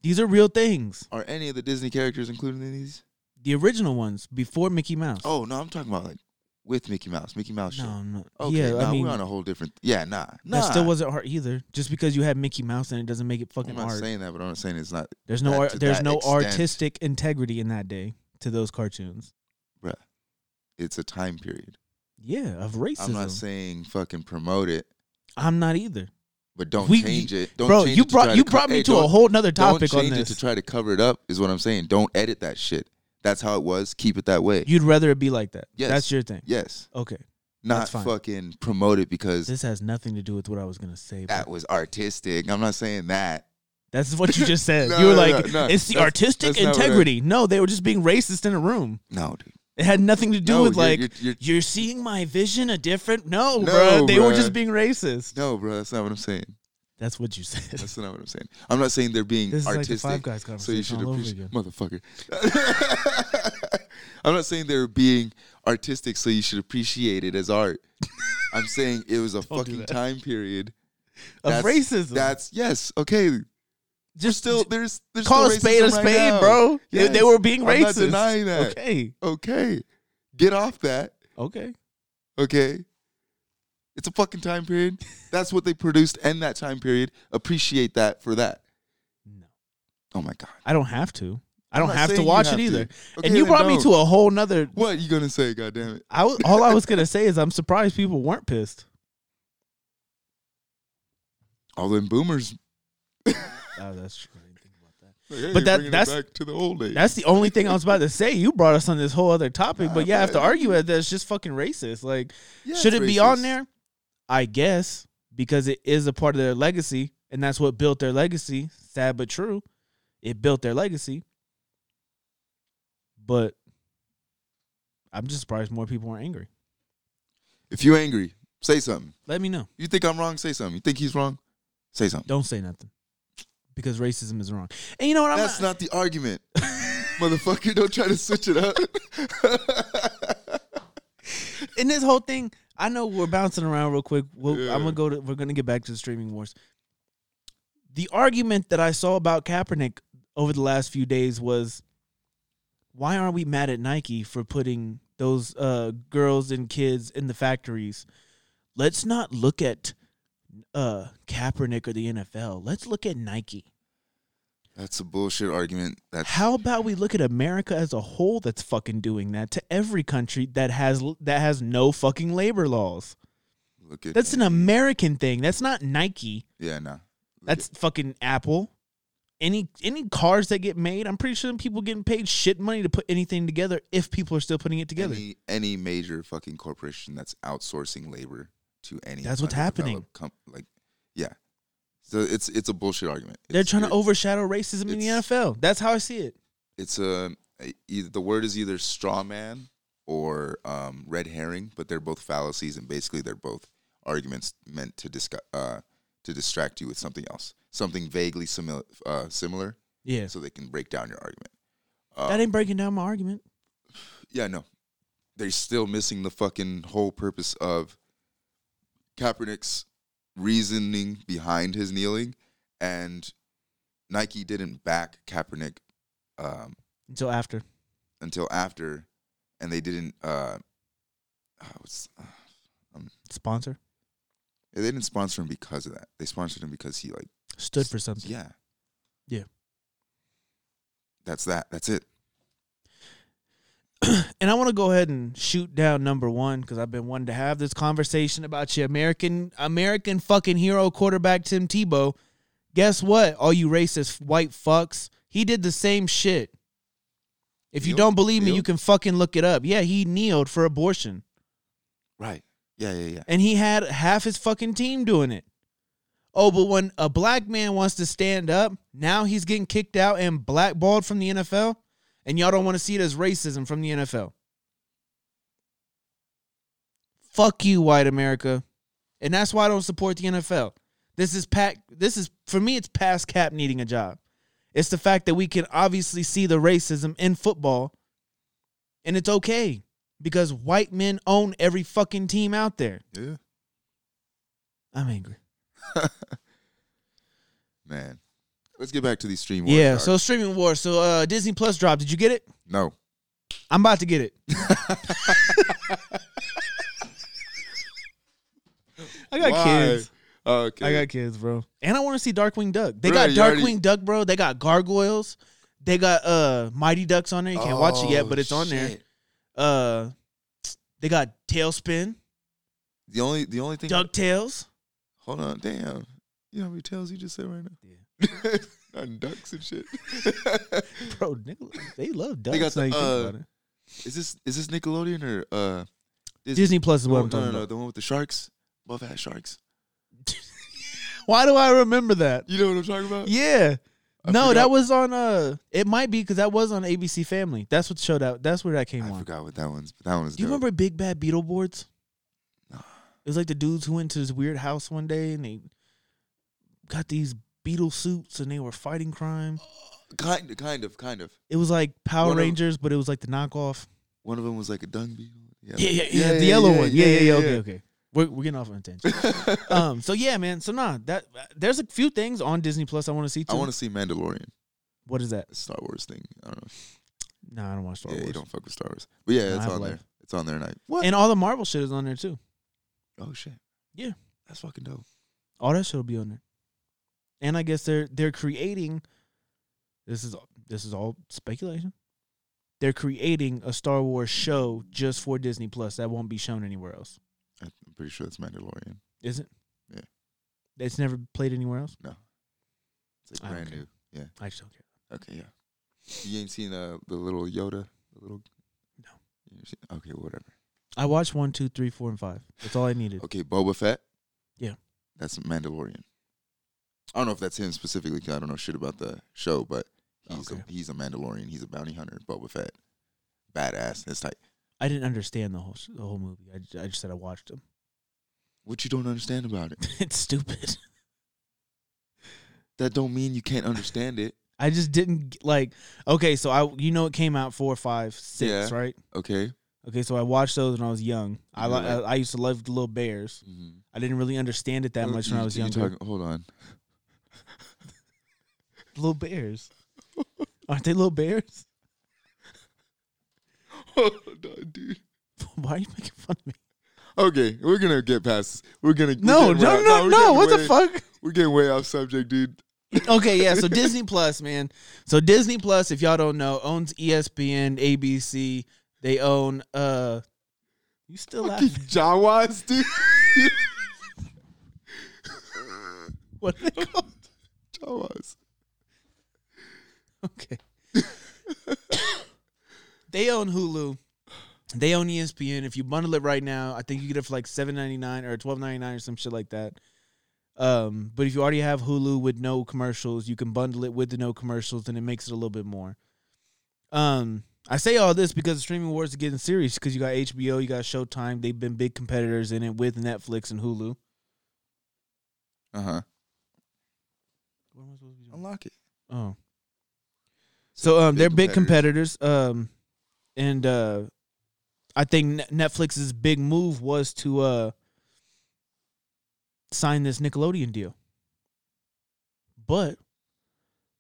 These are real things.
Are any of the Disney characters included in these?
The original ones before Mickey Mouse.
Oh no, I'm talking about like with Mickey Mouse. Mickey Mouse. shit.
no, no.
Okay,
yeah,
nah,
I mean,
we're on a whole different. Yeah, nah, nah.
that still wasn't art either. Just because you had Mickey Mouse and it doesn't make it
I'm
fucking
not
art.
saying that, but I'm not saying it's not.
There's no
that
art.
to
There's
that
no
extent.
artistic integrity in that day to those cartoons.
Bruh, it's a time period.
Yeah, of racism.
I'm not saying fucking promote it,
either,
but don't
We-
change it. Don't
bro.
change
You
it to try
brought
to
you
co-
brought me
Hey,
to a
don't-
whole nother topic
don't
on
change
this.
it to try to cover it up is what I'm saying. Don't edit that shit. That's how it was. Keep it that way.
You'd rather it be like that.
Yes.
that's your thing.
yes,
Okay,
not
That's fine.
fucking promote it because
this has nothing to do with what I was gonna say. but
that was artistic. I'm not saying that.
That's what you just said.
No,
you were
no,
like,
no, no.
it's the
That's-
artistic
that's not what I-
integrity. No, they were just being racist in a room.
No, dude.
It had nothing to do
No,
with
you're-
like you're,
you're- you're-
seeing my vision a different. No,
No,
bro, they were
bruh.
just being racist.
No, bro. That's not what I'm saying.
That's what you said.
That's not what I'm saying. I'm not saying they're being
This is like the
artistic.
Five Guys
so you
conversation
should
all over
appreciate,
again.
motherfucker. I'm not saying they're being artistic, so you should appreciate it as art. I'm saying it was a
do
fucking
that.
time period
Of
That's-
racism.
That's yes, okay.
just
Still, there's there's
call a
still
spade
racism
a
right
spade,
now.
bro. They- They,
Yes.
were being
I'm
racist.
Not denying that.
Okay,
Okay, get off that.
okay.
Okay? It's a fucking time period. That's what they produced and that time period. Appreciate that for that.
No.
Oh my God.
I don't have to. I
I'm
don't
not
have to
saying you
watch
have
it
to.
either.
Okay,
and you
then
brought me
don't.
to a whole nother.
What you gonna say, God damn it?
I w- all I was gonna say is I'm surprised people weren't pissed.
All them boomers.
Oh, that's true. I didn't think about that.
Like, hey,
But
you're
that-
bringing it
that's-
back to the old days.
That's the only thing I was about to say. You brought us on this whole other topic,
Nah,
but yeah, I have to
but-
argue that that's just fucking racist. Like,
Yeah,
should it
it's
be on
racist.
there? I guess because it is a part of their legacy, and that's what built their legacy. Sad but true, it built their legacy. But I'm just surprised more people weren't angry.
If you're angry, say something.
Let me know.
You think I'm wrong? Say something. You think he's wrong? Say something.
Don't say nothing because racism is wrong. And you know what? I'm
That's not the argument. Motherfucker, don't try to switch it up.
in this whole thing, I know we're bouncing around real quick. We'll,
Yeah.
I'm gonna go to. We're gonna get back to the streaming wars. The argument that I saw about Kaepernick over the last few days was, why aren't we mad at Nike for putting those uh, girls and kids in the factories? Let's not look at uh, Kaepernick or the NFL. Let's look at Nike.
That's a bullshit argument. That's
How about we look at America as a whole that's fucking doing that to every country that has that has no fucking labor laws.
look at
That's an American thing. That's not Nike.
yeah, nah. Look
That's fucking Apple. Any any cars that get made, I'm pretty sure people getting paid shit money to put anything together if people are still putting it
at
together.
Any, any major fucking corporation that's outsourcing labor to any
That's what's happening.
underdeveloped Com- like, yeah. So it's it's a bullshit argument.
They're
It's-
trying to
it-
overshadow racism in the
it's-
NFL. That's how I see it.
It's a either, the word is either straw man or um, red herring, but they're both fallacies, and basically they're both arguments meant to discuss, uh, to distract you with something else, something vaguely similar, uh, similar,
Yeah.
so uh, they can break down your argument.
that ain't breaking down my argument.
Yeah, no, they're still missing the fucking whole purpose of Kaepernick's reasoning behind his kneeling, and Nike didn't back Kaepernick um,
Until after.
until after, and they didn't. Uh, uh, what's- uh,
Sponsor.
they didn't sponsor him because of that. They sponsored him because he like,
Stood for something.
yeah,
Yeah.
That's that. That's it.
And I want to go ahead and shoot down number one because I've been wanting to have this conversation about your American American fucking hero quarterback Tim Tebow. Guess what? All you racist white fucks, he did the same shit. If you
Kneeled?
don't believe me, you
Kneeled?
can fucking look it up. Yeah, he kneeled for abortion,
Right. Yeah. Yeah. Yeah.
and he had half his fucking team doing it. Oh, but when a black man wants to stand up, now he's getting kicked out and blackballed from the NFL, and y'all don't want to see it as racism from the NFL. Fuck you, white America. And that's why I don't support the NFL. This is pack this is for me it's past cap needing a job. It's the fact that we can obviously see the racism in football and it's okay because white men own every fucking team out there.
Yeah.
I'm angry.
Man, let's get back to these stream.
yeah,
wars,
so
dog.
streaming war. So uh Disney Plus drop. Did you get it?
no.
I'm about to get it. I got
Why?
kids.
Oh, okay.
I got kids, bro. And I want to see Darkwing Duck. They
Bro,
got
you already-
Darkwing Duck, bro. They got gargoyles. They got uh Mighty Ducks on there. You can't watch
Oh,
it yet, but it's on there. Uh they got Tailspin,
The only the only thing.
DuckTales.
Hold on. Damn. You know how many tails you just said right now? Yeah. and ducks and shit.
Bro, nigga, they love ducks.
got the,
now you think
uh,
about it.
is this is this Nickelodeon or uh? Disney?
Disney Plus is what
No,
I'm
Oh, no,
talking
no, no,
about.
the one with the sharks, buff ass sharks.
Why do I remember that?
You know what I'm talking about?
Yeah.
I
no,
forgot-
that was on uh it might be because that was on ABC Family. That's what showed out. That's where that came
I
on.
forgot what that one's. But that one is.
Do you
dope.
remember Big Bad Beetleborgs? It was like the dudes who went to this weird house one day and they got these beetle suits and they were fighting crime.
Kind, kind of, kind of.
It was like Power
One of-
Rangers, but it was like the knockoff.
One of them was like a dung beetle.
Yeah, yeah, yeah, the yellow one. Yeah, yeah, yeah. Okay,
yeah.
okay. We're, we're getting off on a tangent. um, so yeah, man. So nah, that there's a few things on Disney Plus I want to see too.
I want to see Mandalorian,
what is that?
a Star Wars thing. I don't know.
No, I don't watch Star
yeah,
Wars.
you don't fuck with Star Wars, but yeah,
No, I
it's
have
on
life.
there. It's on there, and I what?
And all the Marvel shit is on there too.
oh shit.
Yeah.
that's fucking dope.
All that shit will be on there. And I guess they're they're creating. This is this is all speculation. They're creating a Star Wars show just for Disney Plus that won't be shown anywhere else.
I'm pretty sure that's Mandalorian.
Is it?
Yeah.
It's never played anywhere else.
It's
I
like
don't
brand
care.
new. Yeah.
I just don't care.
Okay. Yeah. You ain't seen uh, the little Yoda, the little.
No.
You never seen- Okay, whatever.
I watched one, two, three, four, and five. That's all I needed.
Okay, Boba Fett.
Yeah.
That's Mandalorian. I don't know if that's him specifically 'cause I don't know shit about the show, but he's
Okay.
a, he's a Mandalorian. He's a bounty hunter. Boba Fett, badass. It's like
I didn't understand the whole sh- the whole movie. I, j- I just said I watched them.
what you don't understand about it.
it's stupid.
That don't mean you can't understand it.
I just didn't g- like. Okay, so I you know it came out four, five, six,
Yeah.
right?
Okay.
Okay, so I watched those when I was young. I
You
li-
were
I,
like-
I used to love the Little Bears.
Mm-hmm.
I didn't really understand it that much when I was younger.
hold on.
Little Bears, aren't they little bears?
Hold on, dude.
Why are you making fun of me?
Okay, we're gonna get past. We're gonna we're
No,
getting
no,
way-
no, no!
we're
What
getting
the
way-
fuck?
We're getting way off subject, dude.
okay, yeah. So Disney Plus, man. So Disney Plus, if y'all don't know, owns E ESPN, ABC. They own. uh You still laughing?
Jawas, dude.
What are they called?
Jawas.
Okay. they own Hulu. They own E ESPN. If you bundle it right now, I think you get it for like seven ninety nine or twelve ninety nine or some shit like that. Um, but if you already have Hulu with no commercials, you can bundle it with the no commercials, and it makes it a little bit more. Um, I say all this because the streaming wars are getting serious. Because you got HBO, you got Showtime. They've been big competitors in it with Netflix and Hulu.
Uh huh.
What am I supposed to be doing?
Unlock it.
Oh, So um, they're big
competitors.
competitors. Um, and uh, I think Net- Netflix's big move was to uh sign this Nickelodeon deal. But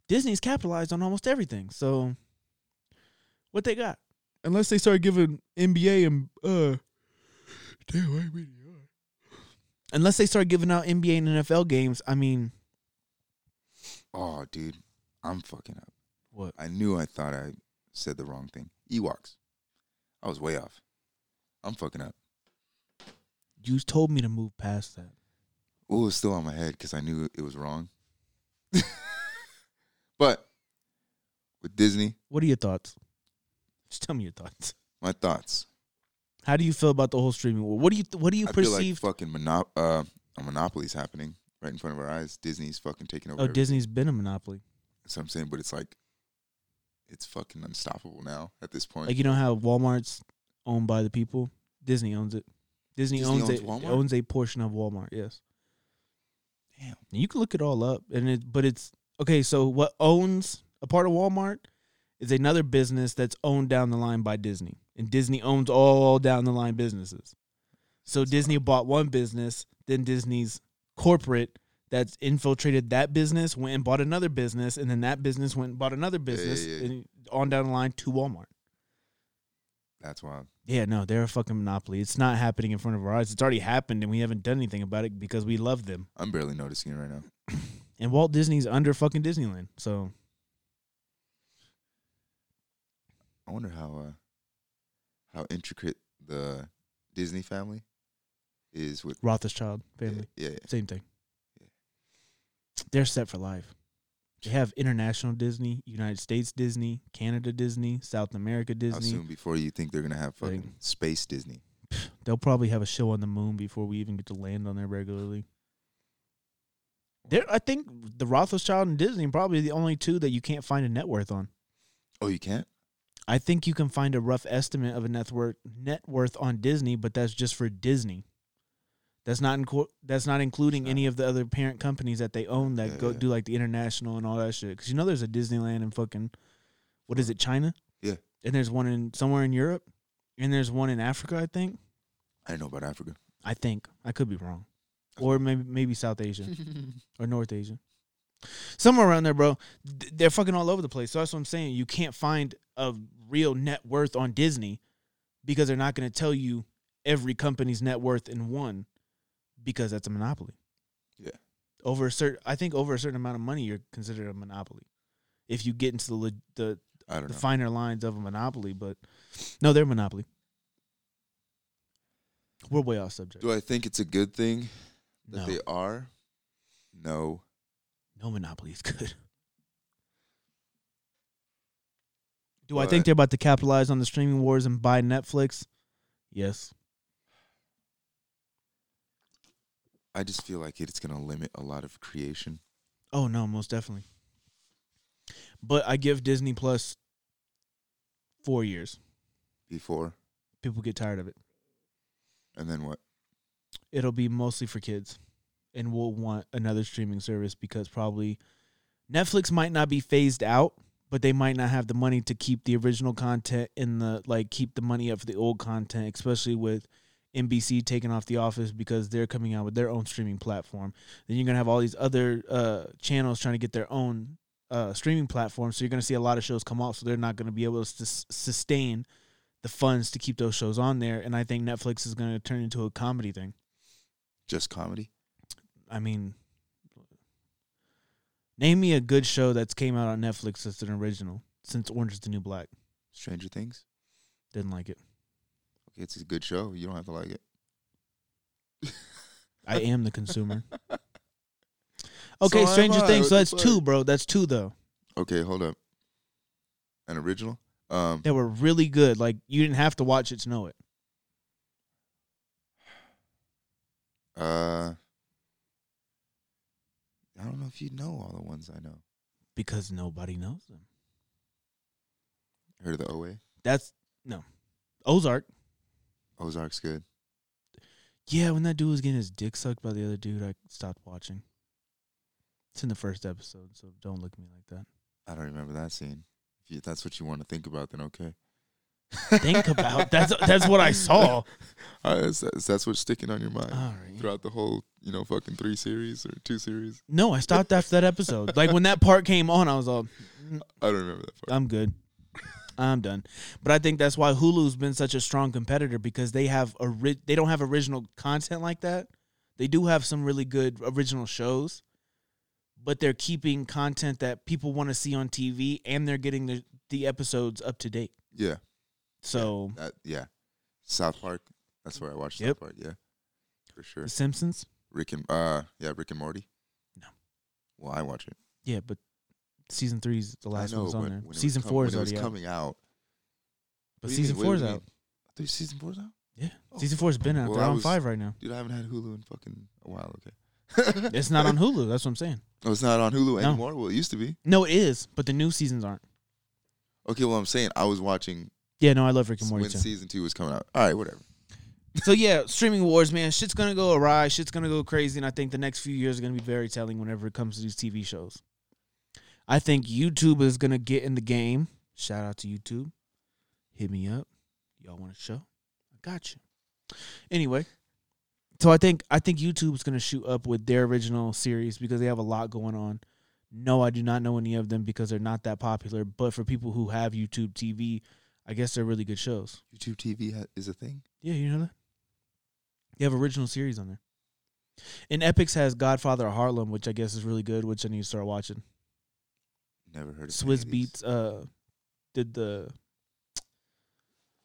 Disney's capitalized on almost everything. So what they got? Unless they start giving NBA and uh, damn, I really are. Unless they start giving out NBA and NFL games, I mean,
Oh, dude, I'm fucking up.
what?
I knew I thought I said the wrong thing. Ewoks. I was way off. I'm fucking up.
You told me to move past that.
Oh, it's still on my head because I knew it was wrong. but with Disney,
What are your thoughts? Just tell me your thoughts.
my thoughts.
How do you feel about the whole streaming war? What do you What do you
I
perceive?
feel like fucking monop- uh, a monopoly's happening right in front of our eyes. Disney's fucking taking over.
oh,
everything.
Disney's been a monopoly.
That's what I'm saying, but it's like it's fucking unstoppable now at this point.
Like you know how Walmart's owned by the people. Disney owns it. Disney,
Disney
owns,
owns
it.
Walmart?
Owns a portion of Walmart. Yes.
Damn.
You can look it all up, and it. But it's okay. So what owns a part of Walmart is another business that's owned down the line by Disney, and Disney owns all down the line businesses. So Disney bought one business, then Disney's corporate that's infiltrated that business went and bought another business, and then that business went and bought another business,
yeah, yeah.
and on down the line to Walmart.
That's wild.
Yeah, no, they're a fucking monopoly. It's not happening in front of our eyes. It's already happened, and we haven't done anything about it because we love them.
I'm barely noticing it right now.
And Walt Disney's under fucking Disneyland. So
I wonder how uh, how intricate the Disney family is with
Rothschild family,
Yeah, yeah,
same thing. They're set for life. They have international Disney, United States Disney, Canada Disney, South America
How
Disney.
soon before you think they're gonna have fucking
Like-
space Disney?
They'll probably have a show on the moon before we even get to land on there regularly. They're, I think the Rothschild and Disney are probably the only two that you can't find a net worth on.
Oh, you can't.
I think you can find a rough estimate of a net worth net worth on Disney, but that's just for Disney. That's not inco- that's not including any of the other parent companies that they own that
Yeah,
go
yeah.
do like the international and all that shit. Because you know there's a Disneyland in fucking what is it China?
Yeah.
and there's one in somewhere in Europe, and there's one in Africa. I think.
I don't know about Africa.
I think I could be wrong, or maybe maybe South Asia or North Asia, somewhere around there, bro. Th- They're fucking all over the place. So that's what I'm saying. You can't find a real net worth on Disney because they're not going to tell you every company's net worth in one because that's a monopoly.
Yeah.
Over a certain, I think over a certain amount of money, you're considered a monopoly. If you get into the le- the,
I don't
the
know.
finer lines of a monopoly, but no, they're monopoly. We're way off subject.
Do I think it's a good thing that
No,
they are? No.
no monopoly is good. Do I
But-
think they're about to capitalize on the streaming wars and buy Netflix? Yes.
I just feel like it's going to limit a lot of creation.
Oh no, most definitely. But I give Disney Plus four years.
Before
People get tired of it.
and then what?
It'll be mostly for kids, and we'll want another streaming service because probably Netflix might not be phased out, but they might not have the money to keep the original content in the like keep the money up for the old content, especially with NBC taking off The Office because they're coming out with their own streaming platform. Then you're gonna have all these other uh, channels trying to get their own uh, streaming platform, so you're gonna see a lot of shows come off, so they're not gonna be able to sus- sustain the funds to keep those shows on there. And I think Netflix is gonna turn into a comedy thing.
Just comedy?
I mean, name me a good show that's came out on Netflix that's an original since Orange is the New Black.
Stranger Things?
Didn't like it.
Okay, it's a good show. You don't have to like it.
I am the consumer. Okay,
So am
Stranger
I.
Things.
What
So
the
that's
fuck?
two, bro. That's two though.
Okay, hold up. An original? Um,
They were really good. Like you didn't have to watch it to know it.
uh, I don't know if you know all the ones I know.
Because nobody knows them.
Heard of the OA?
That's no. Ozark.
Ozark's good.
Yeah, when that dude was getting his dick sucked by the other dude, I stopped watching. It's in the first episode, so don't look at me like that.
I don't remember that scene. If you, that's what you want to think about, then okay.
Think about that's that's what I saw.
Uh, is that, is that's what's sticking on your mind
All right.
throughout the whole, you know, fucking three series or two series?
No, I stopped after that episode. Like when that part came on, I was all,
I don't remember that part.
I'm good. I'm done. But I think that's why Hulu's been such a strong competitor because they have a ri- they don't have original content like that. They do have some really good original shows, but they're keeping content that people want to see on TV and they're getting the, the episodes up to date.
Yeah,
So,
that, uh, yeah. South Park. That's where I watched
Yep.
South Park. Yeah, for sure.
The Simpsons?
Rick and uh, yeah, Rick and Morty.
No.
Well, I watch it.
Yeah, but season three's the last
I know,
one's on
but
there.
when it was
Season
com-
four
when
is
it was
already out.
coming out.
But
What do you
season
mean? Wait,
four
what
is
do you
out.
mean? I thought season four's out.
Yeah,
Oh,
season four's been out.
Well,
They're
I
on
was-
five right now.
Dude, I haven't had Hulu in fucking a while. Okay.
It's not on Hulu. That's what I'm saying.
Oh, it's not on Hulu
No.
anymore. Well, it used to be.
No, it is, but the new seasons aren't.
Okay, well, I'm saying I was watching
Yeah, no, I love Rick and Morty
when
too.
season two was coming out. All right, whatever.
So yeah, streaming wars, man, shit's gonna go awry. Shit's gonna go crazy, and I think the next few years are gonna be very telling whenever it comes to these TV shows. I think YouTube is gonna get in the game. Shout out to YouTube. Hit me up. Y'all want a show? I got you. Anyway, so I think I think YouTube's gonna shoot up with their original series because they have a lot going on. No, I do not know any of them because they're not that popular. But for people who have YouTube TV, I guess they're really good shows.
YouTube TV ha- is a thing.
Yeah, you know that. They have original series on there. And Epics has Godfather of Harlem, which I guess is really good, which I need to start watching.
Never heard of any of
Swizz
these.
Beats uh did the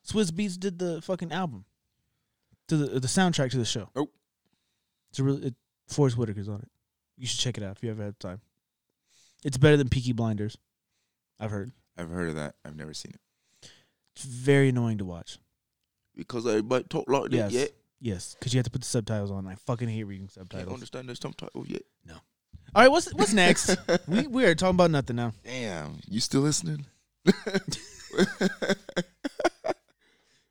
Swizz Beats did the fucking album. To the the soundtrack to the show.
Oh.
It's a really it, Forrest Whitaker's on it. You should check it out if you ever have time. It's better than Peaky Blinders. I've heard.
I've heard of that. I've never seen it
It's very annoying to watch.
because everybody talk like
Yes. Yes, because you have to put the subtitles on. I fucking hate reading subtitles.
understand Oh, their subtitles yet.
All right, what's what's next? we we are talking about nothing now.
Damn, you still listening?
You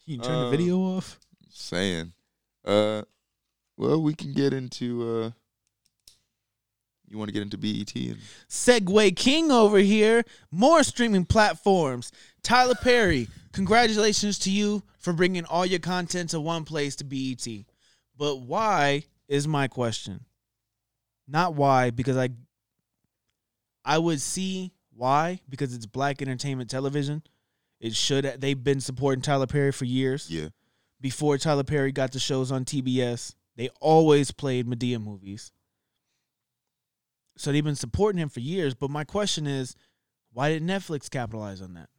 can turn
Uh,
the video off.
Saying, uh, well, we can get into. uh You want to get into BET and
Segway King over here. More streaming platforms. Tyler Perry, congratulations to you for bringing all your content to one place to BET. But why is my question? Not why, because I I would see why because it's black entertainment television. It should. They've been supporting Tyler Perry for years.
Yeah.
Before Tyler Perry got the shows on TBS, they always played Medea movies. So they've been supporting him for years. But my question is, why didn't Netflix capitalize on that?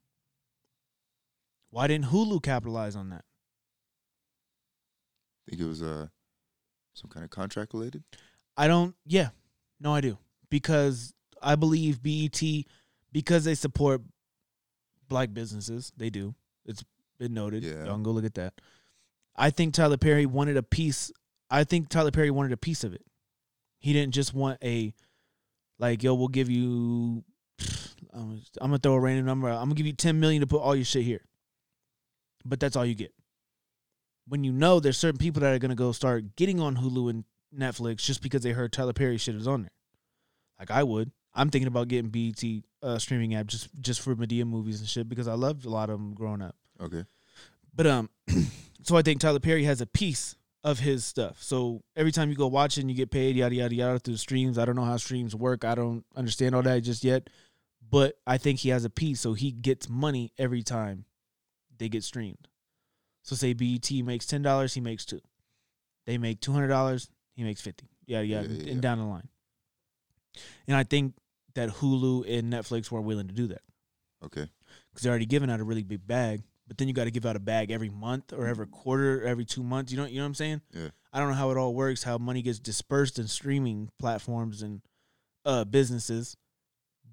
Why didn't Hulu capitalize on that?
I think it was uh some kind of contract related.
I don't. Yeah, no, I do because I believe BET because they support black businesses. They do. It's been noted.
Yeah.
Y'all can go look at that. I think Tyler Perry wanted a piece. I think Tyler Perry wanted a piece of it. He didn't just want a like, yo, we'll give you. I'm gonna throw a random number. out. I'm gonna give you ten million to put all your shit here, but that's all you get. When you know there's certain people that are gonna go start getting on Hulu and Netflix just because they heard Tyler Perry shit is on there. Like I would. I'm thinking about getting BET uh, streaming app just just for Medea movies and shit because I loved a lot of them growing up.
Okay.
But um, so I think Tyler Perry has a piece of his stuff. So every time you go watch it and you get paid, yada yada yada through the streams. I don't know how streams work. I don't understand all that just yet. But I think he has a piece, so he gets money every time they get streamed. So say BET makes ten dollars, he makes two. They make two hundred dollars, he makes fifty. Yada yada,
Yeah, yeah, yeah.
and down the line. And I think that Hulu and Netflix were willing to do that
Okay.
because they're already giving out a really big bag. But then you got to give out a bag every month or every quarter, or every two months. You know, you know what I'm saying?
Yeah.
I don't know how it all works, how money gets dispersed in streaming platforms and uh, businesses,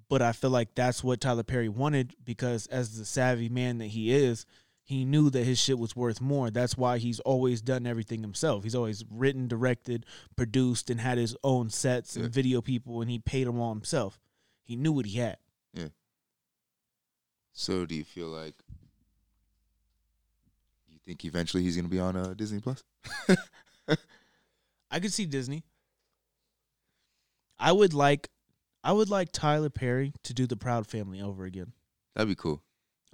but I feel like that's what Tyler Perry wanted because, as the savvy man that he is, he knew that his shit was worth more. That's why he's always done everything himself. He's always written, directed, produced, and had his own sets
Yeah.
and video people, and he paid them all himself. He knew what he had.
So do you feel like you think eventually he's gonna be on uh, Disney Plus?
I could see Disney. I would like I would like Tyler Perry to do the Proud Family over again.
That'd be cool.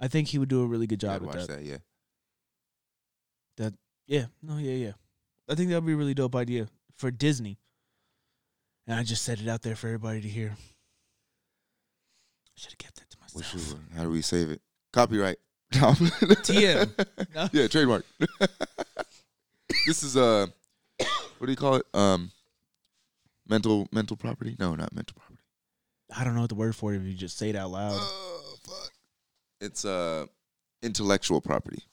I think he would do a really good
Yeah,
job
I'd
with
watch
that.
that. Yeah.
Yeah, no, yeah, yeah. I think that would be a really dope idea for Disney. And I just said it out there for everybody to hear. should have kept that to
What
myself.
should we- how do we save it? Copyright. No.
TM. No.
Yeah, trademark. this is uh what do you call it? Um mental mental property? No, not mental property.
I don't know what the word for it if you just say it out loud.
Oh fuck. It's uh intellectual property.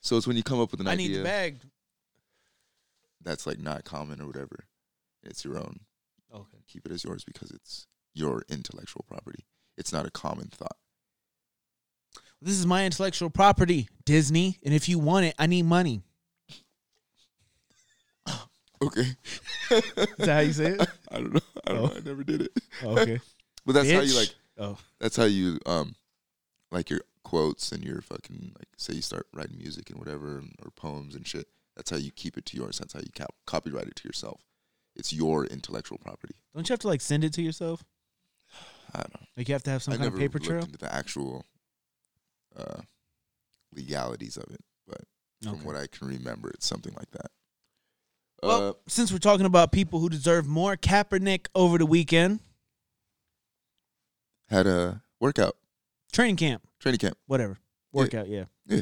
So it's when you come up with an
I
idea
need the bag.
that's like not common or whatever. It's your own.
Okay.
Keep it as yours because it's your intellectual property. It's not a common thought.
This is my intellectual property, Disney. And if you want it, I need money.
Okay.
Is that how you say it?
I don't know. I don't know. I never did it.
Okay.
But that's how you
Bitch.
like
Oh.
that's how you um like your quotes and your fucking like say you start writing music and whatever and, or poems and shit that's how you keep it to yours that's how you cap- copyright it to yourself it's your intellectual property
Don't you have to like send it to yourself?
i don't know
Like you have to have some
i
kind
never
of paper
looked
trail.
into the actual uh legalities of it but from
Okay.
what i can remember it's something like that
Well,
uh,
since we're talking about people who deserve more, Kaepernick over the weekend
had a workout
training camp,
training camp
whatever
Yeah.
workout. Yeah.
Yeah.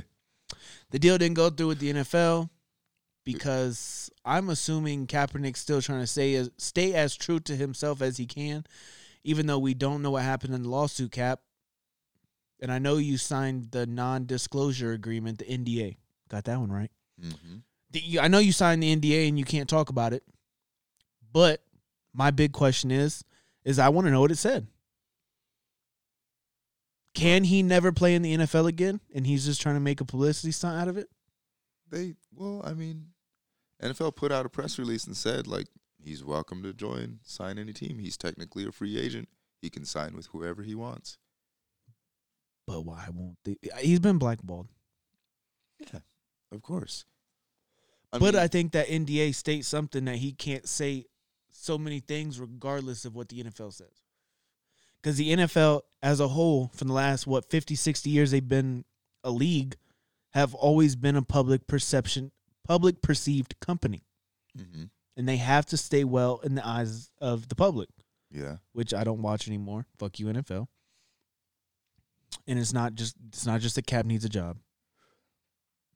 The deal didn't go through with the NFL because I'm assuming Kaepernick's still trying to stay as, stay as true to himself as he can, even though we don't know what happened in the lawsuit, Cap. And I know you signed the non-disclosure agreement, the NDA. Got that one right.
hmm
the- you- I know you signed the NDA and you can't talk about it, but my big question is, is I want to know what it said. Can he never play in the NFL again? And he's just trying to make a publicity stunt out of it.
they well i mean nfl put out a press release and said like he's welcome to join sign any team he's technically a free agent he can sign with whoever he wants
But why won't they? He's been blackballed.
of course
but I think that NDA states something that he can't say so many things regardless of what the NFL says. Because the NFL as a whole, from the last, what, 50, 60 years they've been a league, have always been a public perception, public perceived company.
hmm
And they have to stay well in the eyes of the public,
yeah
which I don't watch anymore. Fuck you, NFL. and it's not just it's not just that Cap needs a job.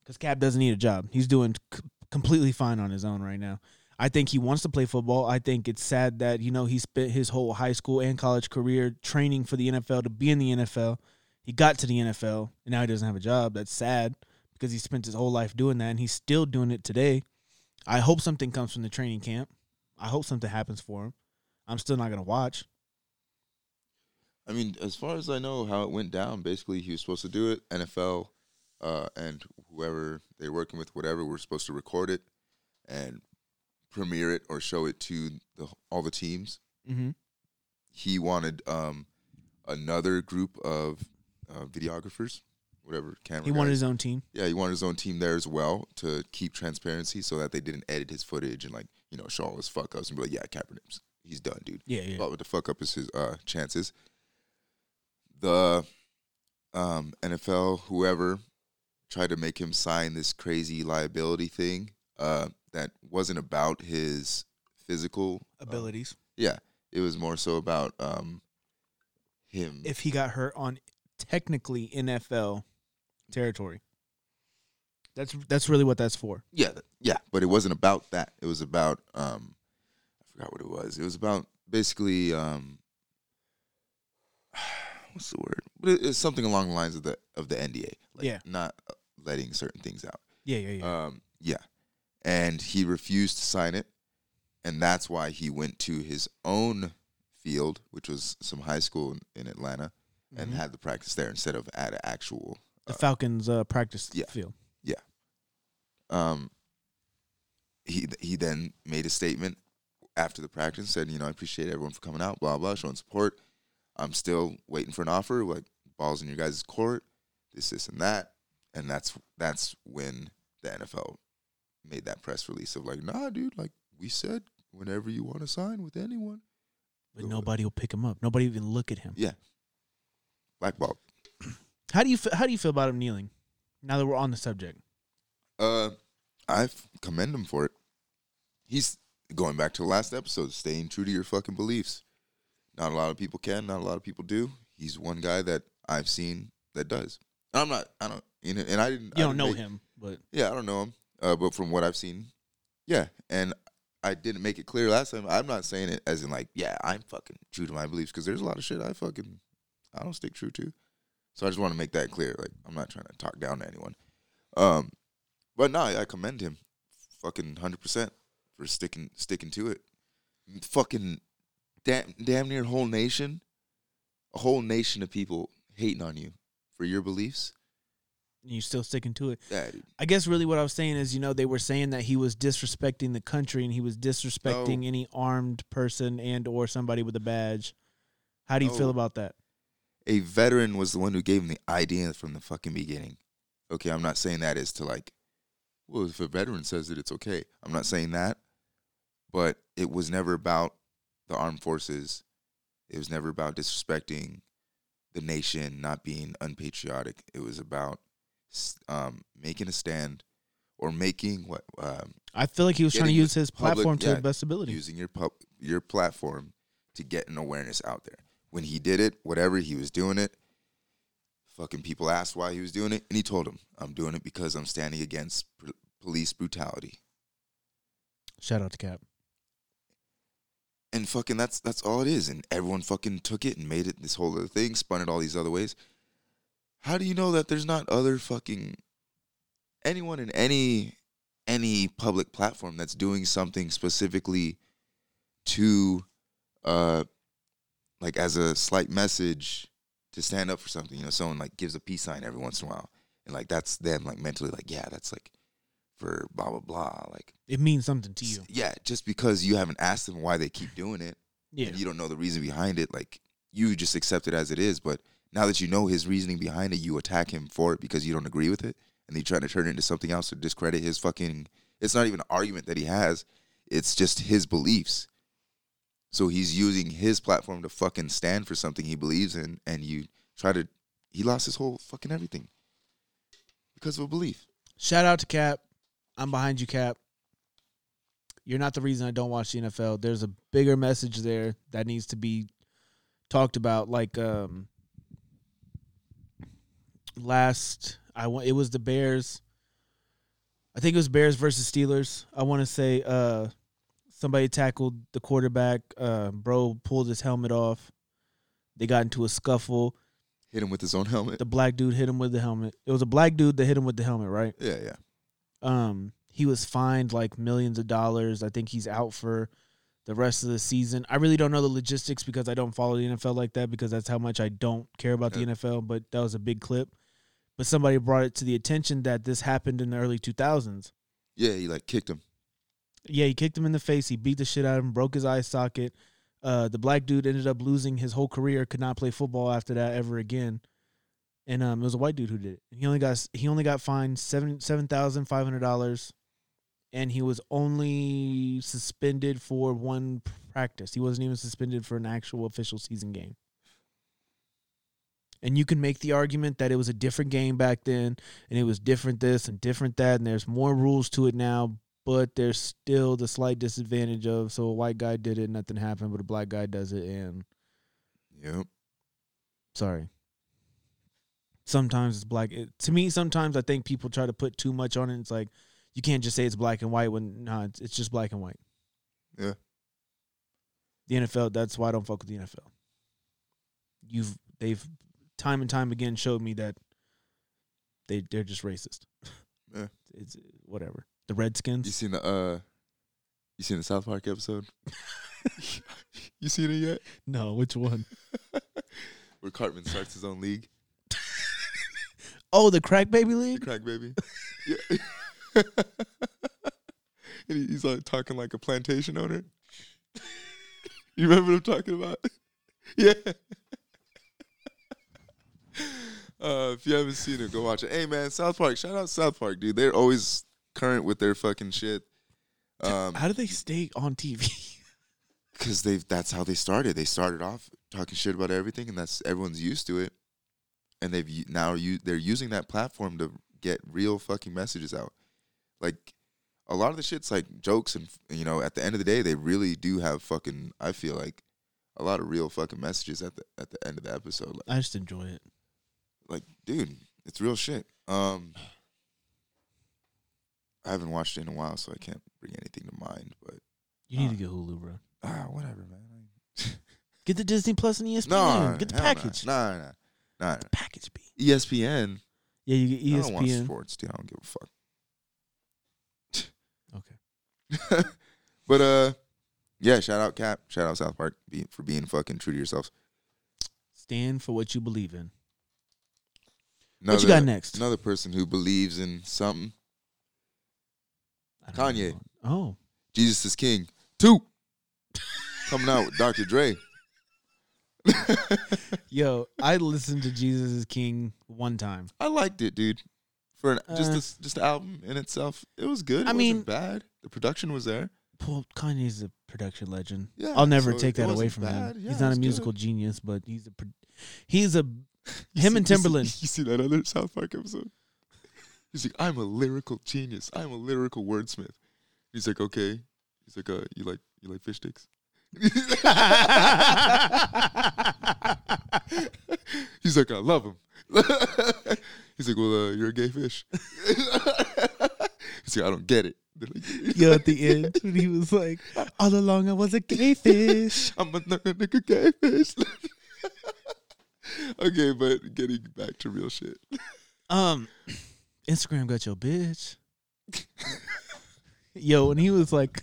Because Cap doesn't need a job. He's doing c- completely fine on his own right now. I think he wants to play football. I think it's sad that you know he spent his whole high school and college career training for the NFL to be in the NFL. He got to the NFL and now he doesn't have a job. That's sad because he spent his whole life doing that and he's still doing it today. I hope something comes from the training camp. I hope something happens for him. I'm still not gonna watch.
I mean, as far as I know, how it went down, basically, he was supposed to do it. NFL uh, and whoever they're working with, whatever, were supposed to record it and premiere it or show it to the, all the teams.
Mm-hmm.
He wanted um, another group of uh, videographers, whatever camera.
He wanted
guys.
his own team.
Yeah, he wanted his own team there as well to keep transparency, so that they didn't edit his footage and like you know show all his fuck ups and be like, yeah, Kaepernick's he's done, dude.
Yeah, yeah.
But what the fuck up is his uh, chances. The um, NFL, whoever, tried to make him sign this crazy liability thing uh, that wasn't about his physical uh,
Abilities.
yeah, it was more so about um, him.
if he got hurt on technically NFL territory. That's that's really what that's for.
Yeah, th- yeah, but it wasn't about that. It was about um, I forgot what it was. It was about basically um, what's the word? But it- it's something along the lines of the of the NDA. Like
Yeah.
not uh, letting certain things out.
Yeah, yeah, yeah.
Um, yeah, and he refused to sign it, and that's why he went to his own field, which was some high school in, in Atlanta, and had the practice there instead of at an actual
Mm-hmm. the Falcons uh, practice
yeah.
field.
um, he he then made a statement after the practice, said, you know, I appreciate everyone for coming out, blah blah, showing support. I'm still waiting for an offer. Like balls in your guys' court, this this and that, and that's that's when the NFL made that press release of like, nah, dude, like we said, whenever you want to sign with anyone,
But nobody will pick him up. Nobody even look at him.
yeah, blackball.
How do you fe- how do you feel about him kneeling? Now that we're on the subject,
Uh, I f- commend him for it. He's going back to the last episode, staying true to your fucking beliefs. Not a lot of people can, not a lot of people do. He's one guy that I've seen that does. And I'm not, I don't, you know, and I didn't.
you
I
don't
didn't
know
make-
him, but
Yeah, I don't know him, uh, but from what I've seen, yeah. And I didn't make it clear last time. I'm not saying it as in like, yeah, I'm fucking true to my beliefs because there's a lot of shit I fucking I don't stick true to. So I just want to make that clear. Like, I'm not trying to talk down to anyone. Um, but no, I commend him, fucking hundred percent for sticking sticking to it. Fucking damn, damn near whole nation, a whole nation of people hating on you for your beliefs.
you still sticking to it.
Yeah, dude.
I guess really what I was saying is, you know, they were saying that he was disrespecting the country and he was disrespecting
No.
any armed person and or somebody with a badge. How do you
No.
feel about that?
a veteran was the one who gave him the idea from the fucking beginning. Okay, I'm not saying that is to like, well, if a veteran says it, it's okay. I'm not saying that, but it was never about the armed forces. It was never about disrespecting the nation, not being unpatriotic. It was about s- um, making a stand or making what um,
I feel like he was trying to
Getting
use his
public-
platform to
yeah,
his best ability.
using your pub, your platform to get an awareness out there. When he did it, whatever he was doing it, fucking people asked why he was doing it, and he told them, "I'm doing it because I'm standing against pr- police brutality."
Shout out to Cap.
And fucking that's that's all it is. And everyone fucking took it and made it this whole other thing, spun it all these other ways. How do you know that there's not other fucking anyone in any any public platform that's doing something specifically to uh like as a slight message to stand up for something, you know, someone like gives a peace sign every once in a while. And like that's them like mentally like, yeah, that's like for blah blah blah. Like
It means something to you.
yeah, just because you haven't asked them why they keep doing it
Yeah.
and you don't know the reason behind it, like you just accept it as it is. But now that you know his reasoning behind it, you attack him for it because you don't agree with it, and you trying to turn it into something else to discredit his fucking. It's not even an argument that he has; it's just his beliefs. So he's using his platform to fucking stand for something he believes in, and you try to. He lost his whole fucking everything because of a belief.
Shout out to Cap. I'm behind you, Cap. You're not the reason I don't watch the NFL. There's a bigger message there that needs to be talked about, like um, last I want it was the Bears. I think it was Bears versus Steelers. I want to say uh somebody tackled the quarterback. Uh, bro pulled his helmet off. They got into a scuffle.
Hit him with his own helmet.
The black dude hit him with the helmet. It was a black dude that hit him with the helmet, right?
Yeah, yeah.
Um, he was fined like millions of dollars. I think he's out for the rest of the season. I really don't know the logistics because I don't follow the NFL like that because that's how much I don't care about
Yeah.
the NFL. But that was a big clip. But somebody brought it to the attention that this happened in the early 2000s.
Yeah, he like kicked him.
Yeah, he kicked him in the face. He beat the shit out of him, broke his eye socket. Uh, the black dude ended up losing his whole career. Could not play football after that ever again. And um, it was a white dude who did it. He only got he only got fined seven seven thousand five hundred dollars, and he was only suspended for one practice. He wasn't even suspended for an actual official season game. And you can make the argument that it was a different game back then, and it was different this and different that, and there's more rules to it now but there's still the slight disadvantage of so a white guy did it, nothing happened, but a black guy does it, and
Yep.
sorry. Sometimes it's black. It, to me, sometimes I think people try to put too much on it. It's like you can't just say it's black and white when nah, it's, it's just black and white.
Yeah.
The NFL. That's why I don't fuck with the NFL. You've they've time and time again showed me that they they're just racist.
Yeah.
It's whatever. The
You
Redskins.
seen the uh you seen the South Park episode? you seen it yet?
No, which one?
Where Cartman starts his own league.
Oh, the crack baby
The
league.
crack baby. Yeah. and he- he's like talking like a plantation owner. you remember what I'm talking about? yeah. Uh, if you haven't seen it, go watch it. Hey man, South Park. Shout out South Park, dude. They're always current with their fucking shit. Um,
How do they stay on TV?
because they that's how they started. They started off talking shit about everything, and that's everyone's used to it. And they've u- now you they're using that platform to get real fucking messages out. Like a lot of the shit's like jokes, and f- you know, at the end of the day, they really do have fucking. I feel like a lot of real fucking messages at the at the end of the episode. Like,
I just enjoy it.
like dude, it's real shit. Um, I haven't watched it in a while, so I can't bring anything to mind. But
You need
Uh.
to get Hulu, bro.
ah, whatever, man.
Get the Disney Plus and E ESPN.
No,
get the
hell
package.
No, no, no. no.
The package B.
E ESPN.
Yeah, you get E
I don't watch
ESPN.
sports, dude. I don't give a fuck.
Okay.
But uh, yeah. Shout out Cap. Shout out South Park be, for being fucking true to yourselves.
Stand for what you believe in.
Another,
what you got next?
Another person who believes in something.
I don't
Kanye.
know. Oh,
Jesus is King. Two. Coming out with Dr. Dre.
yo, I listened to Jesus is King one time.
I liked it, dude. For an, just
Uh.
this, just the album in itself, it was good. It
I
wasn't
mean-
bad. The production was there.
Well, Kanye's a production legend.
Yeah,
I'll never
so
take
it
that away
wasn't
from
bad.
him.
Yeah,
he's
it
not
was
a
good.
musical genius, but he's a pro- he's a
You
Him
see-
and
you see-
Timberland.
You see, that other South Park episode? He's like, I'm a lyrical genius. I'm a lyrical wordsmith. He's like, okay. He's like, uh, you like you like fish sticks? He's like, I love him. He's like, well, uh, you're a gay fish. He's like, I don't get it. They're like,
yo at the end when he was like, all along I was a gay fish.
I'm a nigga, nigga gay fish. okay, but getting back to real shit.
Um, Instagram got your bitch. Yo, and he was like,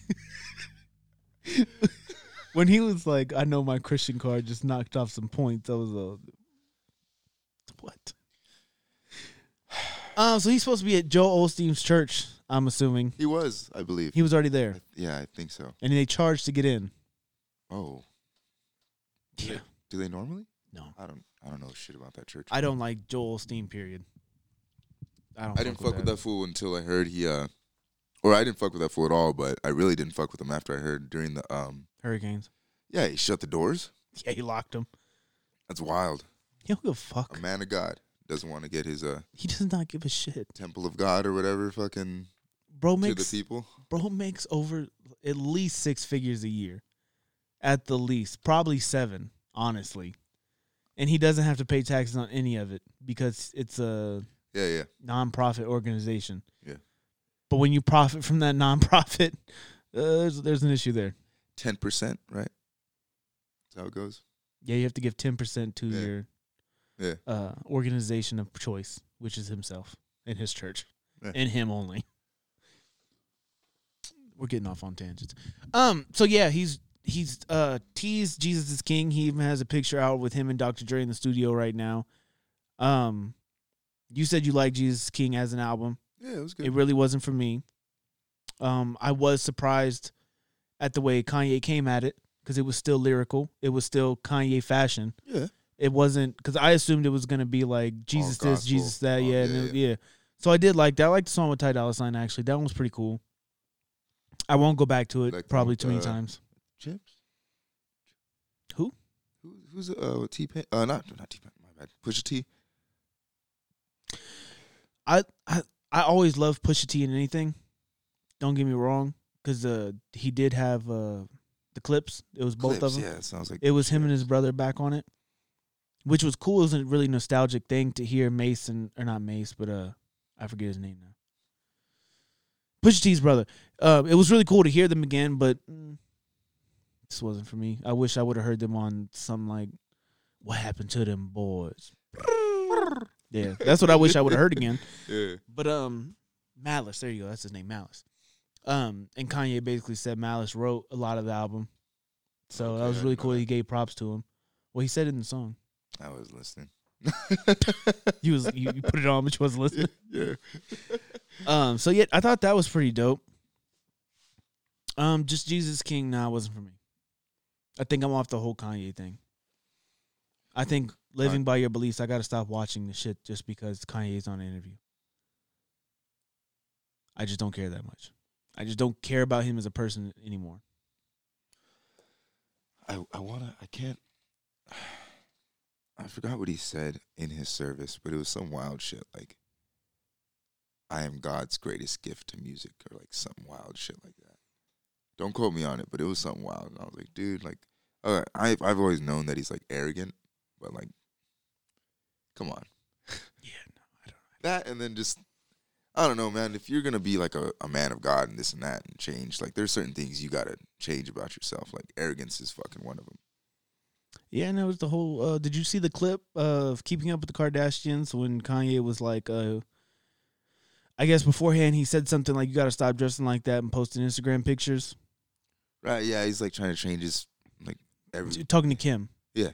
when he was like, I know my Christian card just knocked off some points. I was a what? Um, so he's supposed to be at Joe Olstein's church. I'm assuming
He was, I believe.
he was already there,
yeah, I think so.
and they charged to get in.
Oh. Do they- Do they normally?
No.
I don't. I don't know shit about that church.
I don't like Joel Osteen. Period. I don't.
I didn't fuck with that fool until I heard he. uh Or I didn't fuck with that fool at all. But I really didn't fuck with him after I heard during the. um
Hurricanes.
Yeah, he shut the doors.
Yeah, he locked him.
That's wild.
He don't give a fuck.
A man of God doesn't want to get his uh
He does not give a shit.
temple of God or whatever fucking
Bro
to the
makes
people.
bro makes over at least six figures a year at the least probably seven honestly and he doesn't have to pay taxes on any of it because it's a
Yeah, yeah.
nonprofit organization.
Yeah.
But when you profit from that nonprofit, uh, there's there's an issue there.
Ten percent, right? That's how it goes.
Yeah, you have to give ten percent to
Yeah.
your
Yeah.
Uh, organization of choice, which is himself and his church,
Yeah.
and him only. We're getting off on tangents. Um. So yeah, he's he's uh teased Jesus is King. He even has a picture out with him and Dr. Dre in the studio right now. Um, you said you like Jesus is King as an album.
Yeah, it was
It
good.
really wasn't for me. Um, I was surprised at the way Kanye came at it because it was still lyrical. It was still Kanye fashion.
yeah,
It wasn't because I assumed it was gonna be like Jesus this,
Oh, gospel.
Jesus that,
Oh,
yeah, and
yeah,
it- yeah. So I did like that. I liked the song with Ty Dolla Sign actually. That one was pretty cool. I won't go back to it
Like the
probably
one
too many
with, uh,
times.
chips.
Who?
Who who's uh T Pain? Uh, not not T Pain. My bad. Pusha T.
I I I always love Pusha T in anything. Don't get me wrong, because uh, he did have uh, the clips. It was both of
Clips,
them.
Yeah, it sounds like
it was him and his brother back on it, which was cool. It was a really nostalgic thing to hear Mason or not Mace, but uh, I forget his name now. Pusha T's brother. Uh, it was really cool to hear them again, but mm, this wasn't for me. I wish I would have heard them on some like, what happened to them boys? yeah, that's what I wish I would have heard again.
Yeah,
But um, Malice, there you go. That's his name, Malice. Um, and Kanye basically said Malice wrote a lot of the album, so that was
Okay, I
really
didn't know
cool.
that.
He gave props to him. Well, he said it in the song.
I was listening.
You was you, you put it on, but you wasn't listening.
yeah,
Um, so yeah, I thought that was pretty dope. Um, just Jesus King, nah, it wasn't for me. I think I'm off the whole Kanye thing. I think living by your beliefs, I got to stop watching the shit just because Kanye's on an interview. I just don't care that much. I just don't care about him as a person anymore.
I I wanna. I can't. I forgot what he said in his service, but it was some wild shit like, "I am God's greatest gift to music," or like some wild shit like that. Don't quote me on it, but it was something wild, and I was like, "Dude, like, uh, I I've always known that he's like arrogant, but like, come on."
Yeah, no, I don't.
that and then just I don't know, man. If you're gonna be like a, a man of God and this and that and change, like there's certain things you gotta change about yourself. Like arrogance is fucking one of them.
Yeah, and it was the whole. Uh, did you see the clip of Keeping Up with the Kardashians when Kanye was like, uh, I guess beforehand he said something like, "You got to stop dressing like that and posting Instagram pictures."
Right? Yeah, he's like trying to change his like
T-
every.
Talking to Kim,
Yeah.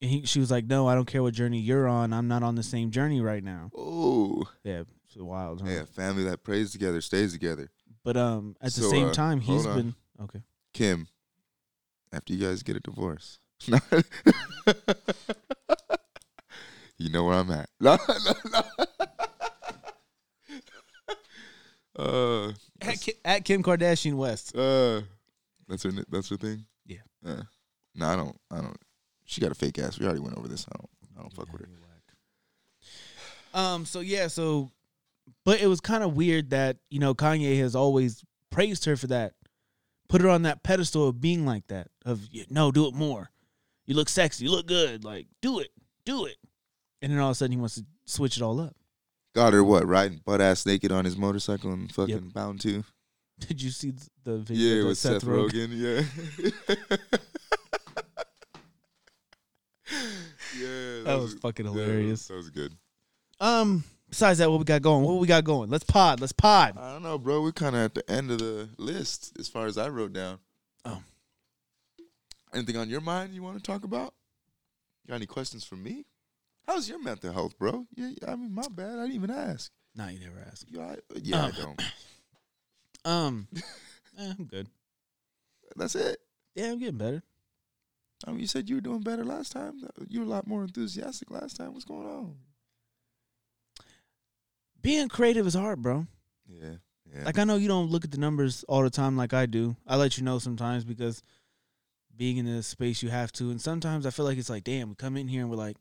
and he, she was like, "No, I don't care what journey you're on. I'm not on the same journey right now."
Oh,
Yeah, it's wild. Huh?
yeah. Family that prays together stays together.
But um, at the
So,
same
uh,
time, he's
hold on.
been okay.
Kim, after you guys get a divorce, you know where I'm at. No, no, no. uh,
At, Ki- at Kim Kardashian West.
Uh, that's her. ni- That's her thing.
Yeah.
Uh, no, I don't. I don't. She got a fake ass. We already went over this. I don't. I don't fuck with her.
Um. So yeah. So, but it was kind of weird that you know Kanye has always praised her for that, put her on that pedestal of being like that. Of y- no, do it more. You look sexy. You look good. Like do it, do it. And then all of a sudden he wants to switch it all up.
Got her what? Riding butt ass naked on his motorcycle and fucking bound to.
Did you see th- the video?
Yeah,
that
with Seth,
Rogen-
Rogen. Yeah. yeah.
That was fucking
yeah, that was-
hilarious.
That was good.
Um. Besides that, what we got going? What we got going? Let's pod. Let's pod.
I don't know, bro. We're kind of at the end of the list as far as I wrote down.
Oh.
Anything on your mind you want to talk about? Got any questions for me? How's your mental health, bro? Yeah, I mean, my bad. I didn't even ask.
Nah, you never asked.
You, I, yeah,
Um.
I don't.
Um. eh, I'm good.
That's it.
Yeah, I'm getting better.
I mean, you said you were doing better last time. You were a lot more enthusiastic last time. What's going on?
Being creative is hard, bro.
Yeah, yeah.
like I know you don't look at the numbers all the time like I do. I let you know sometimes because being in this space you have to. And sometimes I feel like it's like, damn, we come in here and we're like,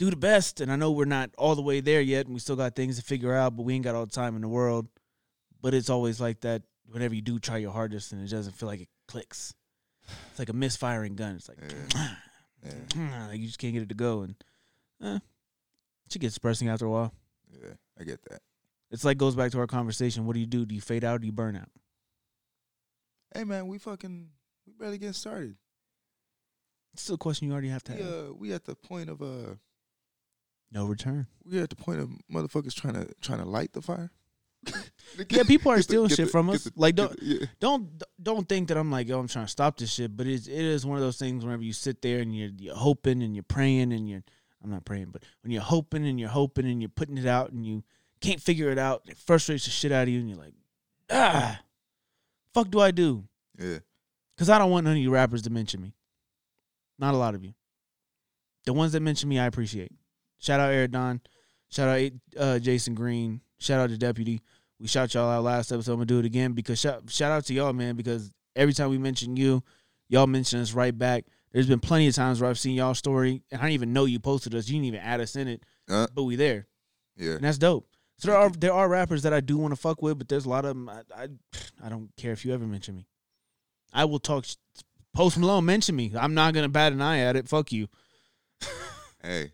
do the best. And I know we're not all the way there yet and we still got things to figure out, but we ain't got all the time in the world. But it's always like that whenever you do try your hardest and it doesn't feel like it clicks. It's like a misfiring gun. It's like
Yeah. Yeah.
like you just can't get it to go, and eh, she gets depressing after a while.
Yeah. I get that.
It's like goes back to our conversation. What do you do? Do you fade out? Or do you burn out?
Hey man, we fucking we barely getting started.
It's still a question you already have to
We,
have.
uh, we at the point of uh
No return.
we at the point of motherfuckers trying to trying to light the fire.
Yeah, people are
Get the-
stealing
get
shit
the-
from
get
us.
the-
Like,
get
don't-
the- yeah.
Don't don't think that I'm like, yo, I'm trying to stop this shit. But it's, it is one of those things whenever you sit there and you're, you're hoping and you're praying and you're I'm not praying, but when you're hoping and you're hoping and you're putting it out and you can't figure it out, it frustrates the shit out of you and you're like, ah, fuck do I do?
Yeah.
Because I don't want none of you rappers to mention me. Not a lot of you. The ones that mention me, I appreciate. Shout out Eric Don. Shout out uh, Jason Green. Shout out to Deputy. We shout y'all out last episode. I'm gonna do it again because shout, shout out to y'all, man. Because every time we mention you, y'all mention us right back. There's been plenty of times where I've seen y'all story and I didn't even know you posted us. You didn't even add us in it,
Uh.
but we there
Yeah.
and that's dope. So there are there are rappers that I do want to fuck with, but there's a lot of them I, I I don't care if you ever mention me. I will talk. sh- Post Malone mention me. I'm not gonna bat an eye at it. Fuck you,
Hey.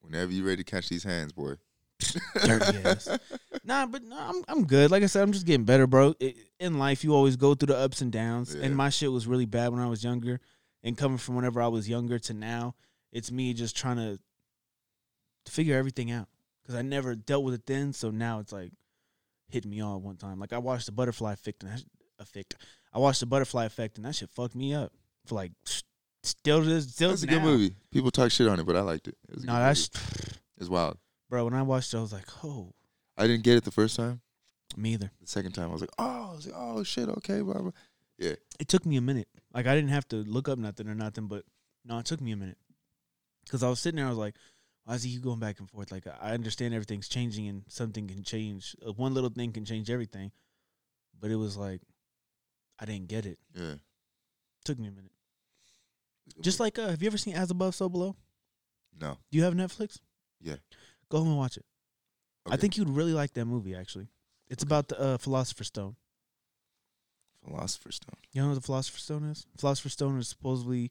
Whenever you ready to catch these hands, boy.
dirty ass. Nah, but nah, I'm I'm good. Like I said, I'm just getting better, bro. I in life, you always go through the ups and downs,
Yeah.
and my shit was really bad when I was younger. And coming from whenever I was younger to now, it's me just trying to figure everything out because I never dealt with it then. So now it's like hitting me all at one time. Like I watched the butterfly effect, and that, sh- effect. I watched the butterfly effect, and that shit fucked me up for like still to this still
That's a
now.
good movie. People talk shit on it, but I liked it. it was a
No,
good
that's
movie. it's wild.
bro. When I watched it, I was like, oh,
I didn't get it the first time.
me either.
The second time, I was like, oh, I was like, oh shit, okay, blah blah.
it took me a minute. Like I didn't have to look up nothing or nothing, but no, it took me a minute because I was sitting there. I was like, "Why is he going back and forth?" Like I understand everything's changing and something can change. Uh, One little thing can change everything, but it was like I didn't get it.
Yeah.
took me a minute. Just like, uh, have you ever seen As Above, So Below?
no.
Do you have Netflix?
Yeah.
Go home and watch it. I
Okay.
think you'd really like that movie. Actually, it's about the uh, Philosopher's Stone.
Philosopher's Stone.
You know what the Philosopher's Stone is? Philosopher's Stone is supposedly,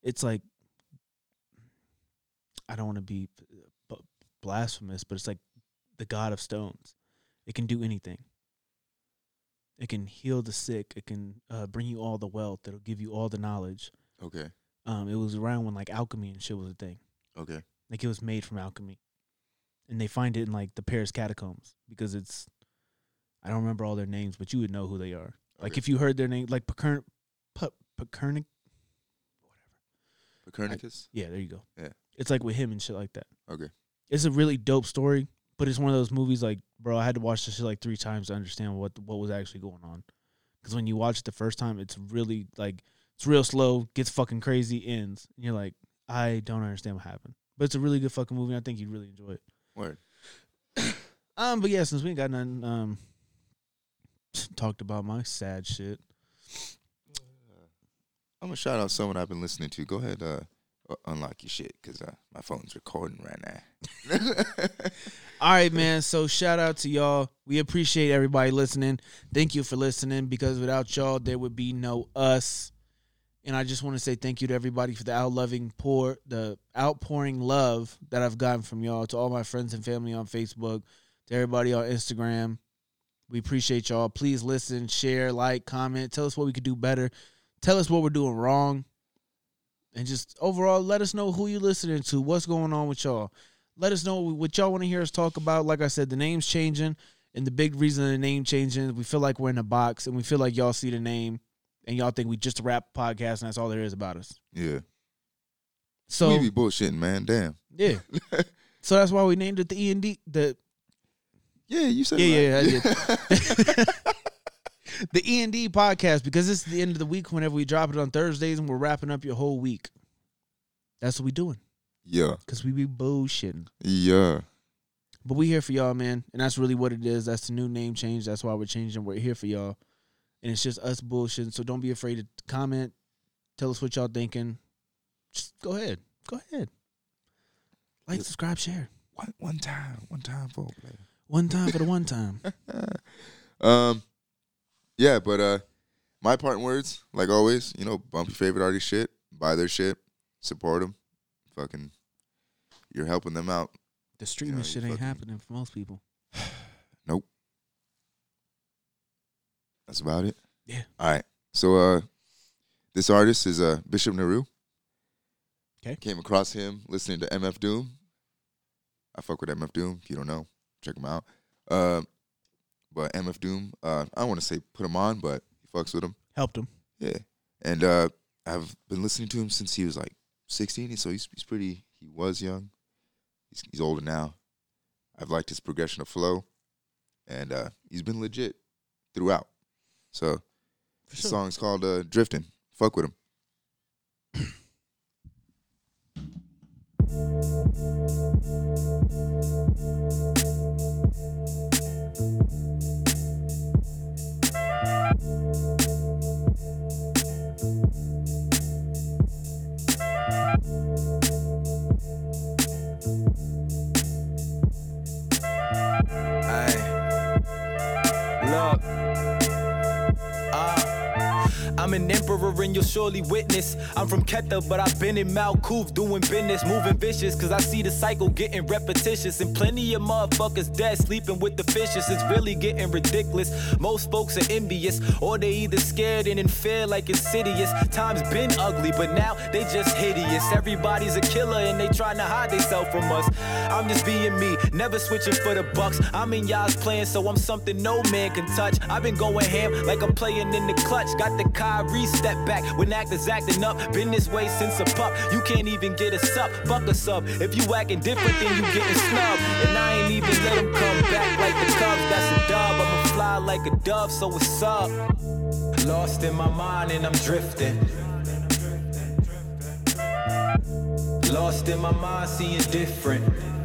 it's like, I don't want to be b- blasphemous, but it's like the god of stones. It can do anything. It can heal the sick. It can uh, bring you all the wealth. It'll give you all the knowledge.
Okay.
Um, it was around when like alchemy and shit was a thing.
Okay.
Like it was made from alchemy, and they find it in like the Paris catacombs because it's, I don't remember all their names, but you would know who they are. Like
Okay.
if you heard their name, like Pecern, P- Pecernic.
Copernicus.
Yeah, there you go.
Yeah.
it's like with him and shit like that.
Okay.
It's a really dope story, but it's one of those movies like, bro, I had to watch this shit like three times to understand what what was actually going on. Because when you watch it the first time, it's really like it's real slow, gets fucking crazy, ends, and you're like, I don't understand what happened. But it's a really good fucking movie. and I think you'd really enjoy it.
Word.
Um, but yeah, since we ain't got nothing um talked about my sad shit.
I'm gonna shout out someone I've been listening to. Go ahead, uh, u- unlock your shit because uh, my phone's recording right now.
All right, man. So shout out to y'all. We appreciate everybody listening. Thank you for listening because without y'all, there would be no us. And I just want to say thank you to everybody for the outloving pour, the outpouring love that I've gotten from y'all. To all my friends and family on Facebook, to everybody on Instagram, we appreciate y'all. Please listen, share, like, comment. Tell us what we could do better. Tell us what we're doing wrong. And just overall, let us know who you're listening to. What's going on with y'all? let us know what y'all want to hear us talk about. Like I said, the name's changing, and the big reason the name changing is we feel like we're in a box, and we feel like y'all see the name, and y'all think we just a rap podcast, and that's all there is about us.
yeah.
So
we be bullshitting, man. Damn.
yeah, so that's why we named it the E and D, the
Yeah, you said.
Yeah,
it
yeah,
right.
the E and D podcast because it's the end of the week whenever we drop it on Thursdays, and we're wrapping up your whole week. That's what we doing
yeah,
because we be bullshitting.
yeah.
But we here for y'all, man. And that's really what it is. That's the new name change. That's why we're changing. We're here for y'all. And it's just us bullshitting. So don't be afraid to comment. Tell us what y'all thinking. Just go ahead. Go ahead. Like, subscribe, share.
One, one time, one time for a player.
One time for the one time.
Um, yeah, but uh, my part in words, like always, you know, bump your favorite artist shit, buy their shit, support them. Fucking, you're helping them out.
The streaming
you
shit ain't
fucking-
happening for most people.
That's about it.
Yeah.
All right. So uh this artist is uh Bishop Naru.
'Kay.
Came across him listening to MF Doom. I fuck with MF Doom. If you don't know, check him out. Uh, but MF Doom, uh, I don't want to say put him on, but he fucks with him.
Helped him.
Yeah. And uh, I've been listening to him since he was like 16, so he's, he's pretty, he was young. He's, he's older now. I've liked his progression of flow, and uh, he's been legit throughout. So, the
sure.
song's called uh, Drifting. Fuck with him.
Ay. Look. Ah. I'm an emperor and you'll surely witness. I'm from Ketha, but I've been in Malkoof doing business, moving vicious, cause I see the cycle getting repetitious. And plenty of motherfuckers dead sleeping with the fishes. It's really getting ridiculous. Most folks are envious, or they either scared and in fear like insidious. Times been ugly, but now they just hideous. Everybody's a killer and they trying to hide themselves from us. I'm just being me, never switching for the bucks. I'm in y'all's plan, so I'm something no man can touch. I've been going ham like I'm playing in the clutch. Got the Kyrie step back when actors acting up. Been this way since a pup. You can't even get a sup, fuck a sub. If you acting different, then you getting snubbed. And I ain't even let 'em come back like the Cubs. That's a dub. I'ma fly like a dove, so what's up? Lost in my mind and I'm drifting. Lost in my mind, seeing different.